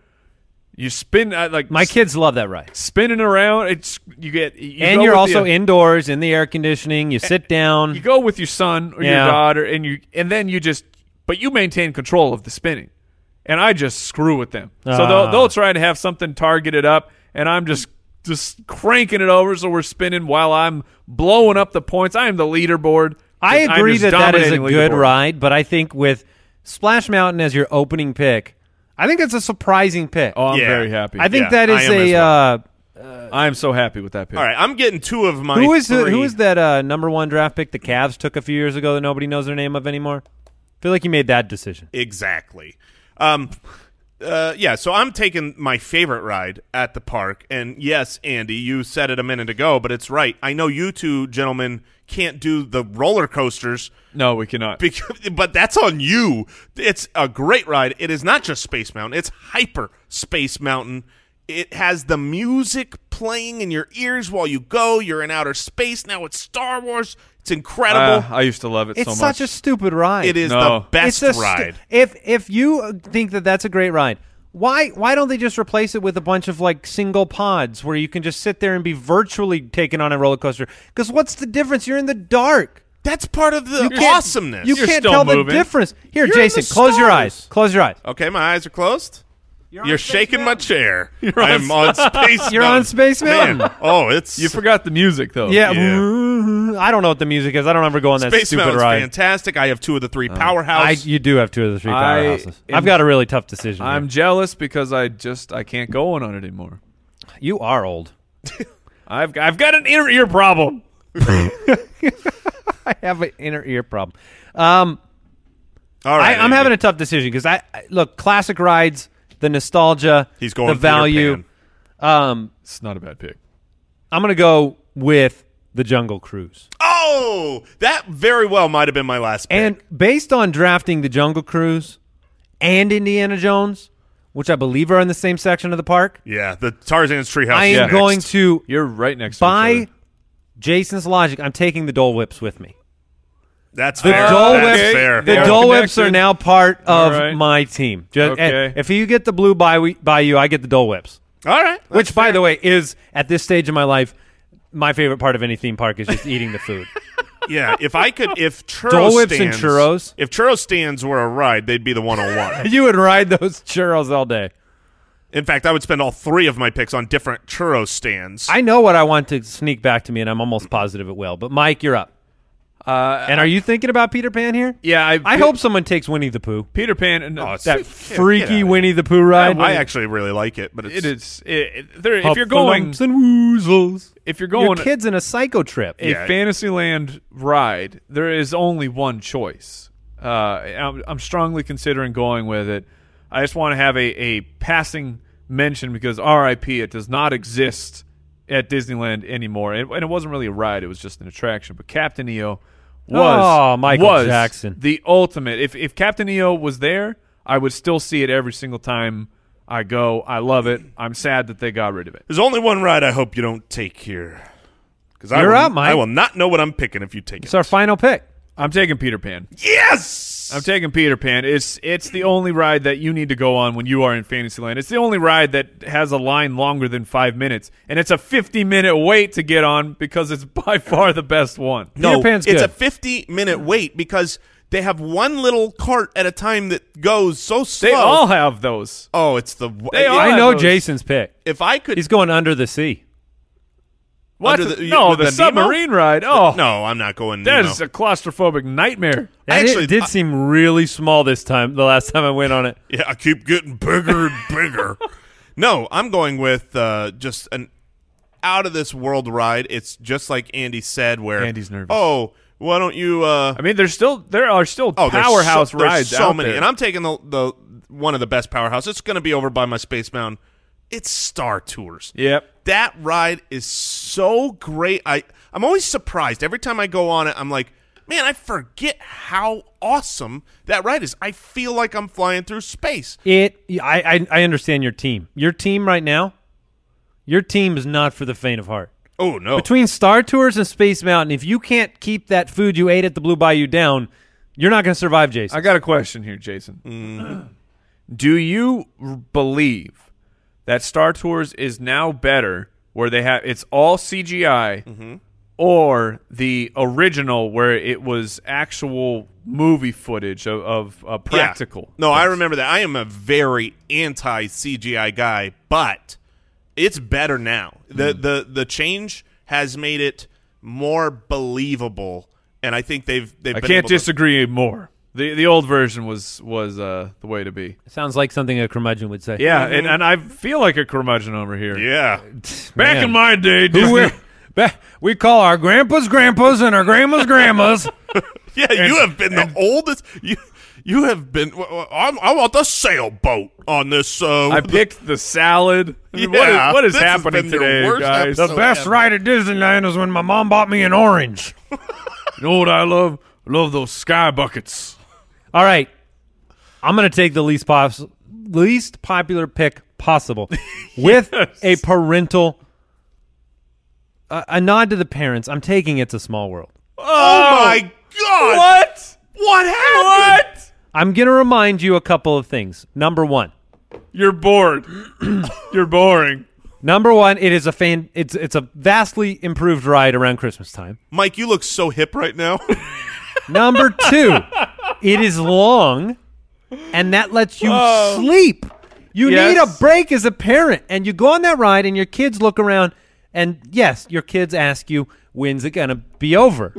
Speaker 3: You spin uh, like
Speaker 2: My kids love that ride.
Speaker 3: spinning around. It's you get you
Speaker 2: and
Speaker 3: go
Speaker 2: you're
Speaker 3: with
Speaker 2: also
Speaker 3: the-
Speaker 2: indoors in the air conditioning. You sit down.
Speaker 3: you go with your son or
Speaker 2: Yeah.
Speaker 3: your daughter and you and then you just but you maintain control of the spinning and i just screw with them so
Speaker 2: Ah.
Speaker 3: they'll, they'll try to have something targeted up and i'm just just cranking it over so we're spinning while i'm blowing up the points i am the leaderboard
Speaker 2: I
Speaker 3: I'm
Speaker 2: agree
Speaker 3: just
Speaker 2: that that is a
Speaker 3: dominating
Speaker 2: good
Speaker 3: leaderboard.
Speaker 2: ride, but I think with Splash Mountain as your opening pick, I think that's a surprising pick.
Speaker 3: oh i'm
Speaker 4: Yeah.
Speaker 3: very happy
Speaker 2: I think
Speaker 4: yeah,
Speaker 2: that
Speaker 4: I
Speaker 2: is
Speaker 4: am as
Speaker 2: a uh,
Speaker 3: i am so happy with that pick
Speaker 4: All right, I'm getting two of my.
Speaker 2: who is the,
Speaker 4: three.
Speaker 2: who is that uh, number one draft pick the Cavs took a few years ago that nobody knows their name of anymore. I feel like you made that decision.
Speaker 4: Exactly. Um, uh, yeah, so I'm taking my favorite ride at the park. And yes, Andy, you said it a minute ago, but it's right. I know you two gentlemen can't do the roller coasters,
Speaker 3: no we cannot
Speaker 4: because, but that's on you. It's a great ride. It is not just Space Mountain, it's Hyper Space Mountain. It has the music playing in your ears while you go. You're in outer space. Now it's Star Wars. It's
Speaker 3: Uh,
Speaker 2: Ah,
Speaker 4: incredible.
Speaker 3: i used to love it
Speaker 2: It's
Speaker 3: so much
Speaker 2: such a stupid ride.
Speaker 4: it is
Speaker 3: no.
Speaker 4: the
Speaker 2: it's
Speaker 4: best
Speaker 2: a stu-
Speaker 4: ride.
Speaker 2: if if you uh, think that that's a great ride, why why don't they just replace it with a bunch of like single pods where you can just sit there and be virtually taken on a roller coaster? Because what's the difference? You're in the dark.
Speaker 4: That's part of the
Speaker 2: can't-
Speaker 4: awesomeness.
Speaker 2: You
Speaker 3: You're
Speaker 2: can't
Speaker 3: still
Speaker 2: tell the
Speaker 3: moving.
Speaker 2: difference. Here,
Speaker 4: You're in
Speaker 2: Jason,
Speaker 4: the
Speaker 2: close your
Speaker 4: stars. Oh,
Speaker 2: eyes. Close your eyes.
Speaker 4: Okay, my eyes are closed. You're,
Speaker 2: on Space
Speaker 4: shaking my
Speaker 2: Mountain.
Speaker 4: chair. I'm on Space
Speaker 2: You're on
Speaker 4: Mountain.
Speaker 2: Space
Speaker 4: Man,
Speaker 2: Mountain.
Speaker 4: Oh, it's
Speaker 3: you forgot the music though
Speaker 2: Yeah. mm-hmm.
Speaker 4: Yeah.
Speaker 2: I don't know what the music is. I don't ever go on that
Speaker 4: Space
Speaker 2: stupid
Speaker 4: Mountain's
Speaker 2: ride. Oh.
Speaker 4: fantastic. I have two of the three
Speaker 2: I,
Speaker 4: powerhouse.
Speaker 2: you do have two of the three
Speaker 3: I
Speaker 2: powerhouses.
Speaker 3: am-
Speaker 2: I've got a really tough decision. here.
Speaker 3: i'm jealous because i just i can't go on it anymore
Speaker 2: you are old.
Speaker 3: i've i've got an ear ear problem
Speaker 2: I have an inner ear problem. Um,
Speaker 4: All right,
Speaker 2: I, I'm
Speaker 4: Andy.
Speaker 2: having a tough decision because I, I look classic rides, the nostalgia,
Speaker 4: He's going
Speaker 2: the
Speaker 4: Peter
Speaker 2: value. Um,
Speaker 3: it's not a bad pick
Speaker 2: I'm gonna go with the Jungle Cruise,
Speaker 4: Oh, that very well might have been my last. Pick.
Speaker 2: and based on drafting the Jungle Cruise and Indiana Jones, which I believe are in the same section of the park,
Speaker 4: yeah, the Tarzan's treehouse.
Speaker 2: I am
Speaker 4: is next.
Speaker 2: going to
Speaker 3: You're right next to each
Speaker 2: by
Speaker 3: other.
Speaker 2: Jason's logic. I'm taking the Dole Whips with me.
Speaker 4: That's
Speaker 2: The
Speaker 4: fair.
Speaker 2: Dole
Speaker 4: That's
Speaker 2: Whips,
Speaker 4: fair.
Speaker 2: the
Speaker 3: They are
Speaker 2: Dole Whips are
Speaker 3: connected.
Speaker 2: now part of
Speaker 3: All right.
Speaker 2: my team. Ju- and
Speaker 3: Okay.
Speaker 2: If you get the blue by by you, I get the Dole Whips.
Speaker 4: All right.
Speaker 2: Which, by the way, is at this stage of my life, my favorite part of any theme park is just eating the food.
Speaker 4: yeah, if I could, if churros
Speaker 2: Dole Whips and
Speaker 4: stands,
Speaker 2: churros.
Speaker 4: If churro stands were a ride, they'd be the 101.
Speaker 2: you would ride those churros all day.
Speaker 4: In fact, I would spend all three of my picks on different churro stands.
Speaker 2: I know what I want to sneak back to me, and I'm almost positive it will. But Mike, you're up.
Speaker 3: Uh,
Speaker 2: And are you thinking about Peter Pan here?
Speaker 3: yeah, I,
Speaker 2: I hope someone takes Winnie the Pooh.
Speaker 3: Peter Pan. No,
Speaker 4: it's-
Speaker 2: That
Speaker 4: Get- get
Speaker 2: freaky
Speaker 4: outta here.
Speaker 2: Winnie the Pooh ride.
Speaker 4: I actually really like it, but it's,
Speaker 3: it is. It, it, there, if
Speaker 2: Hop
Speaker 3: you're
Speaker 2: for
Speaker 3: going,
Speaker 2: lumps and woozles.
Speaker 3: if you're
Speaker 2: Your
Speaker 3: going
Speaker 2: kid's in a psycho trip.
Speaker 3: a
Speaker 4: Yeah.
Speaker 3: Fantasyland ride, there is only one choice. Uh, I'm, I'm strongly considering going with it. I just want to have a, a passing mention because RIP, it does not exist at Disneyland anymore. And, and it wasn't really a ride, it was just an attraction. But Captain EO was,
Speaker 2: Oh, Michael
Speaker 3: was
Speaker 2: Jackson.
Speaker 3: the ultimate. If, if Captain EO was there, I would still see it every single time I go. I love it. I'm sad that they got rid of it.
Speaker 4: There's only one ride I hope you don't take here. Because I
Speaker 2: You're
Speaker 4: will,
Speaker 2: up, Mike.
Speaker 4: I will not know what I'm picking if you take it.
Speaker 2: It's our final pick.
Speaker 3: I'm taking Peter Pan.
Speaker 4: Yes.
Speaker 3: I'm taking Peter Pan. It's it's the only ride that you need to go on when you are in Fantasyland. It's the only ride that has a line longer than five minutes, and it's a 50 minute wait to get on because it's by far the best one.
Speaker 4: no,
Speaker 2: Peter Pan's
Speaker 4: it's
Speaker 2: good.
Speaker 4: a 50 minute wait because they have one little cart at a time that goes so slow.
Speaker 3: They all have those.
Speaker 4: oh, it's the.
Speaker 3: They
Speaker 4: if,
Speaker 3: all-
Speaker 2: I know
Speaker 3: those-
Speaker 2: Jason's pick.
Speaker 4: if I could.
Speaker 2: He's going under the sea.
Speaker 3: What?
Speaker 4: Under the-
Speaker 3: no,
Speaker 4: with
Speaker 3: the,
Speaker 4: the Nemo?
Speaker 3: submarine ride. Oh,
Speaker 4: no, I'm not going.
Speaker 3: that
Speaker 4: Nemo.
Speaker 3: is a claustrophobic nightmare.
Speaker 4: I
Speaker 2: And
Speaker 4: actually-
Speaker 2: it did
Speaker 4: I-
Speaker 2: seem really small this time. The last time I went on it,
Speaker 4: Yeah, I keep getting bigger and bigger. no, I'm going with uh, just an out of this world ride. It's just like Andy said, where
Speaker 3: Andy's nervous.
Speaker 4: Oh, why don't you? Uh,
Speaker 3: I mean, there's still there are still
Speaker 4: oh, there's so-
Speaker 3: powerhouse
Speaker 4: there's
Speaker 3: rides
Speaker 4: So
Speaker 3: out
Speaker 4: many,
Speaker 3: there.
Speaker 4: and I'm taking the the one of the best powerhouse. It's going to be over by my space mound. It's Star Tours.
Speaker 3: yep.
Speaker 4: That ride is so great. I I'm always surprised every time I go on it. I'm like, man, I forget how awesome that ride is. I feel like I'm flying through space.
Speaker 2: it I, I I understand your team. Your team right now, your team is not for the faint of heart.
Speaker 4: Oh no!
Speaker 2: Between Star Tours and Space Mountain, if you can't keep that food you ate at the Blue Bayou down, you're not going to survive, Jason.
Speaker 3: I got a question here, Jason. Do you r- believe that Star Tours is now better where they have it's all CGI or the original where it was actual movie footage of, of uh,
Speaker 4: Yeah.
Speaker 3: practical?
Speaker 4: No, I remember that. I am a very anti CGI guy, but it's better now. The the the change has made it more believable, and I think they've they've.
Speaker 3: I
Speaker 4: been
Speaker 3: can't
Speaker 4: able to-
Speaker 3: disagree more. The the old version was was uh, the way to be. Mm-hmm.
Speaker 2: Sounds like something a curmudgeon would say.
Speaker 3: Yeah, and, and I feel like a curmudgeon over here.
Speaker 4: yeah,
Speaker 3: Back
Speaker 2: Man.
Speaker 3: in my day, Disney-
Speaker 2: Who wear- Bah, we call our grandpas grandpas and our grandmas grandmas.
Speaker 4: yeah. you have been the oldest. You you have been. w- w- I'm, I want the sailboat on this. Uh,
Speaker 3: I picked the salad.
Speaker 4: Yeah,
Speaker 3: what is, what is
Speaker 4: this has
Speaker 3: happening
Speaker 4: been the
Speaker 3: today,
Speaker 4: worst
Speaker 3: guys?
Speaker 4: episode. best ride
Speaker 2: at Disneyland is when my mom bought me an orange.
Speaker 3: You know what I love? I love those sky buckets.
Speaker 2: All right. I'm going to take the least pos- least popular pick possible with a parental a a nod to the parents. I'm taking it's a small world.
Speaker 4: oh my god!
Speaker 3: What?
Speaker 4: What happened?
Speaker 3: What?
Speaker 2: I'm going to remind you a couple of things. Number 1.
Speaker 3: You're bored. You're boring.
Speaker 2: Number 1, it is a fan it's it's a vastly improved ride around Christmas time.
Speaker 4: Mike, you look so hip right now.
Speaker 2: Number 2, it is long and that lets you
Speaker 3: Whoa.
Speaker 2: sleep. You need a
Speaker 3: Yes.
Speaker 2: break as a parent and you go on that ride and your kids look around and yes, your kids ask you when's it going to be over.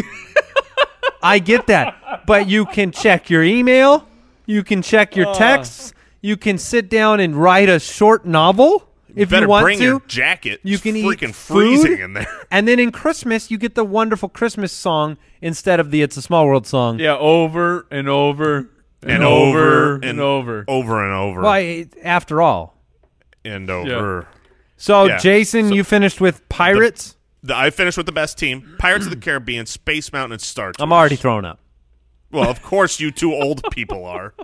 Speaker 2: I get that. But you can check your email, you can check your texts, you can sit down and write a short novel if
Speaker 4: Better
Speaker 2: you want
Speaker 4: bring
Speaker 2: to.
Speaker 4: your jacket.
Speaker 2: you
Speaker 4: It's
Speaker 2: can
Speaker 4: freaking
Speaker 2: eat
Speaker 4: freezing
Speaker 2: food.
Speaker 4: in there.
Speaker 2: And then in Christmas, you get the wonderful Christmas song instead of the It's a Small World song.
Speaker 3: Yeah, over and over and,
Speaker 4: And
Speaker 3: over
Speaker 4: over
Speaker 3: and,
Speaker 4: and-
Speaker 3: over.
Speaker 4: Over and over
Speaker 2: Well, I- after all.
Speaker 4: and over.
Speaker 2: So,
Speaker 4: Yeah.
Speaker 2: Jason, you finished with Pirates.
Speaker 4: The- I finished with the best team: Pirates of the Caribbean, Space Mountain, and Star Tours.
Speaker 2: I'm already thrown up.
Speaker 4: well, of course, you two old people are.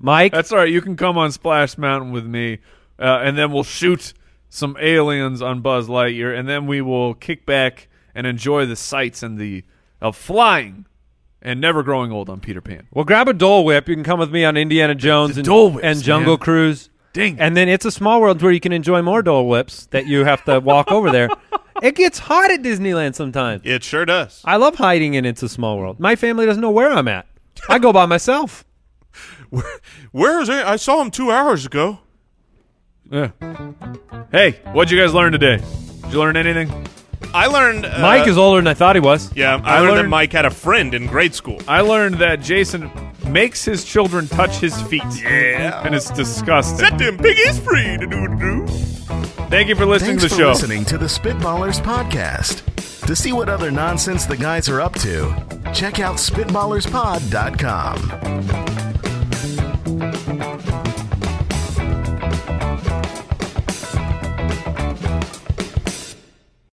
Speaker 2: Mike,
Speaker 3: That's all right. You can come on Splash Mountain with me, uh, and then we'll shoot some aliens on Buzz Lightyear, and then we will kick back and enjoy the sights and the of flying and never growing old on Peter Pan.
Speaker 2: well, grab a Dole Whip. You can come with me on Indiana Jones and,
Speaker 3: Dole Whips,
Speaker 2: and Jungle
Speaker 3: man.
Speaker 2: Cruise.
Speaker 3: Dang.
Speaker 2: And then it's a small world where you can enjoy more Dole Whips that you have to walk over there. It gets hot at Disneyland sometimes.
Speaker 4: It sure does.
Speaker 2: I love hiding in It's a Small World. My family doesn't know where I'm at. I go by myself.
Speaker 4: Where is it? I saw him two hours ago.
Speaker 3: Yeah. Hey, what'd you guys learn today? Did you learn anything?
Speaker 4: I learned uh,
Speaker 2: Mike is older than I thought he was.
Speaker 4: Yeah, I,
Speaker 3: I
Speaker 4: learned, that
Speaker 3: learned-
Speaker 4: Mike had a friend in grade school.
Speaker 3: I learned that Jason makes his children touch his feet.
Speaker 4: Yeah.
Speaker 3: And it's disgusting.
Speaker 4: Set them piggies free to do do.
Speaker 3: Thank you for listening
Speaker 1: Thanks
Speaker 3: to the
Speaker 1: for
Speaker 3: show.
Speaker 1: listening to the Spitballers podcast. To see what other nonsense the guys are up to, check out spitballerspod.com.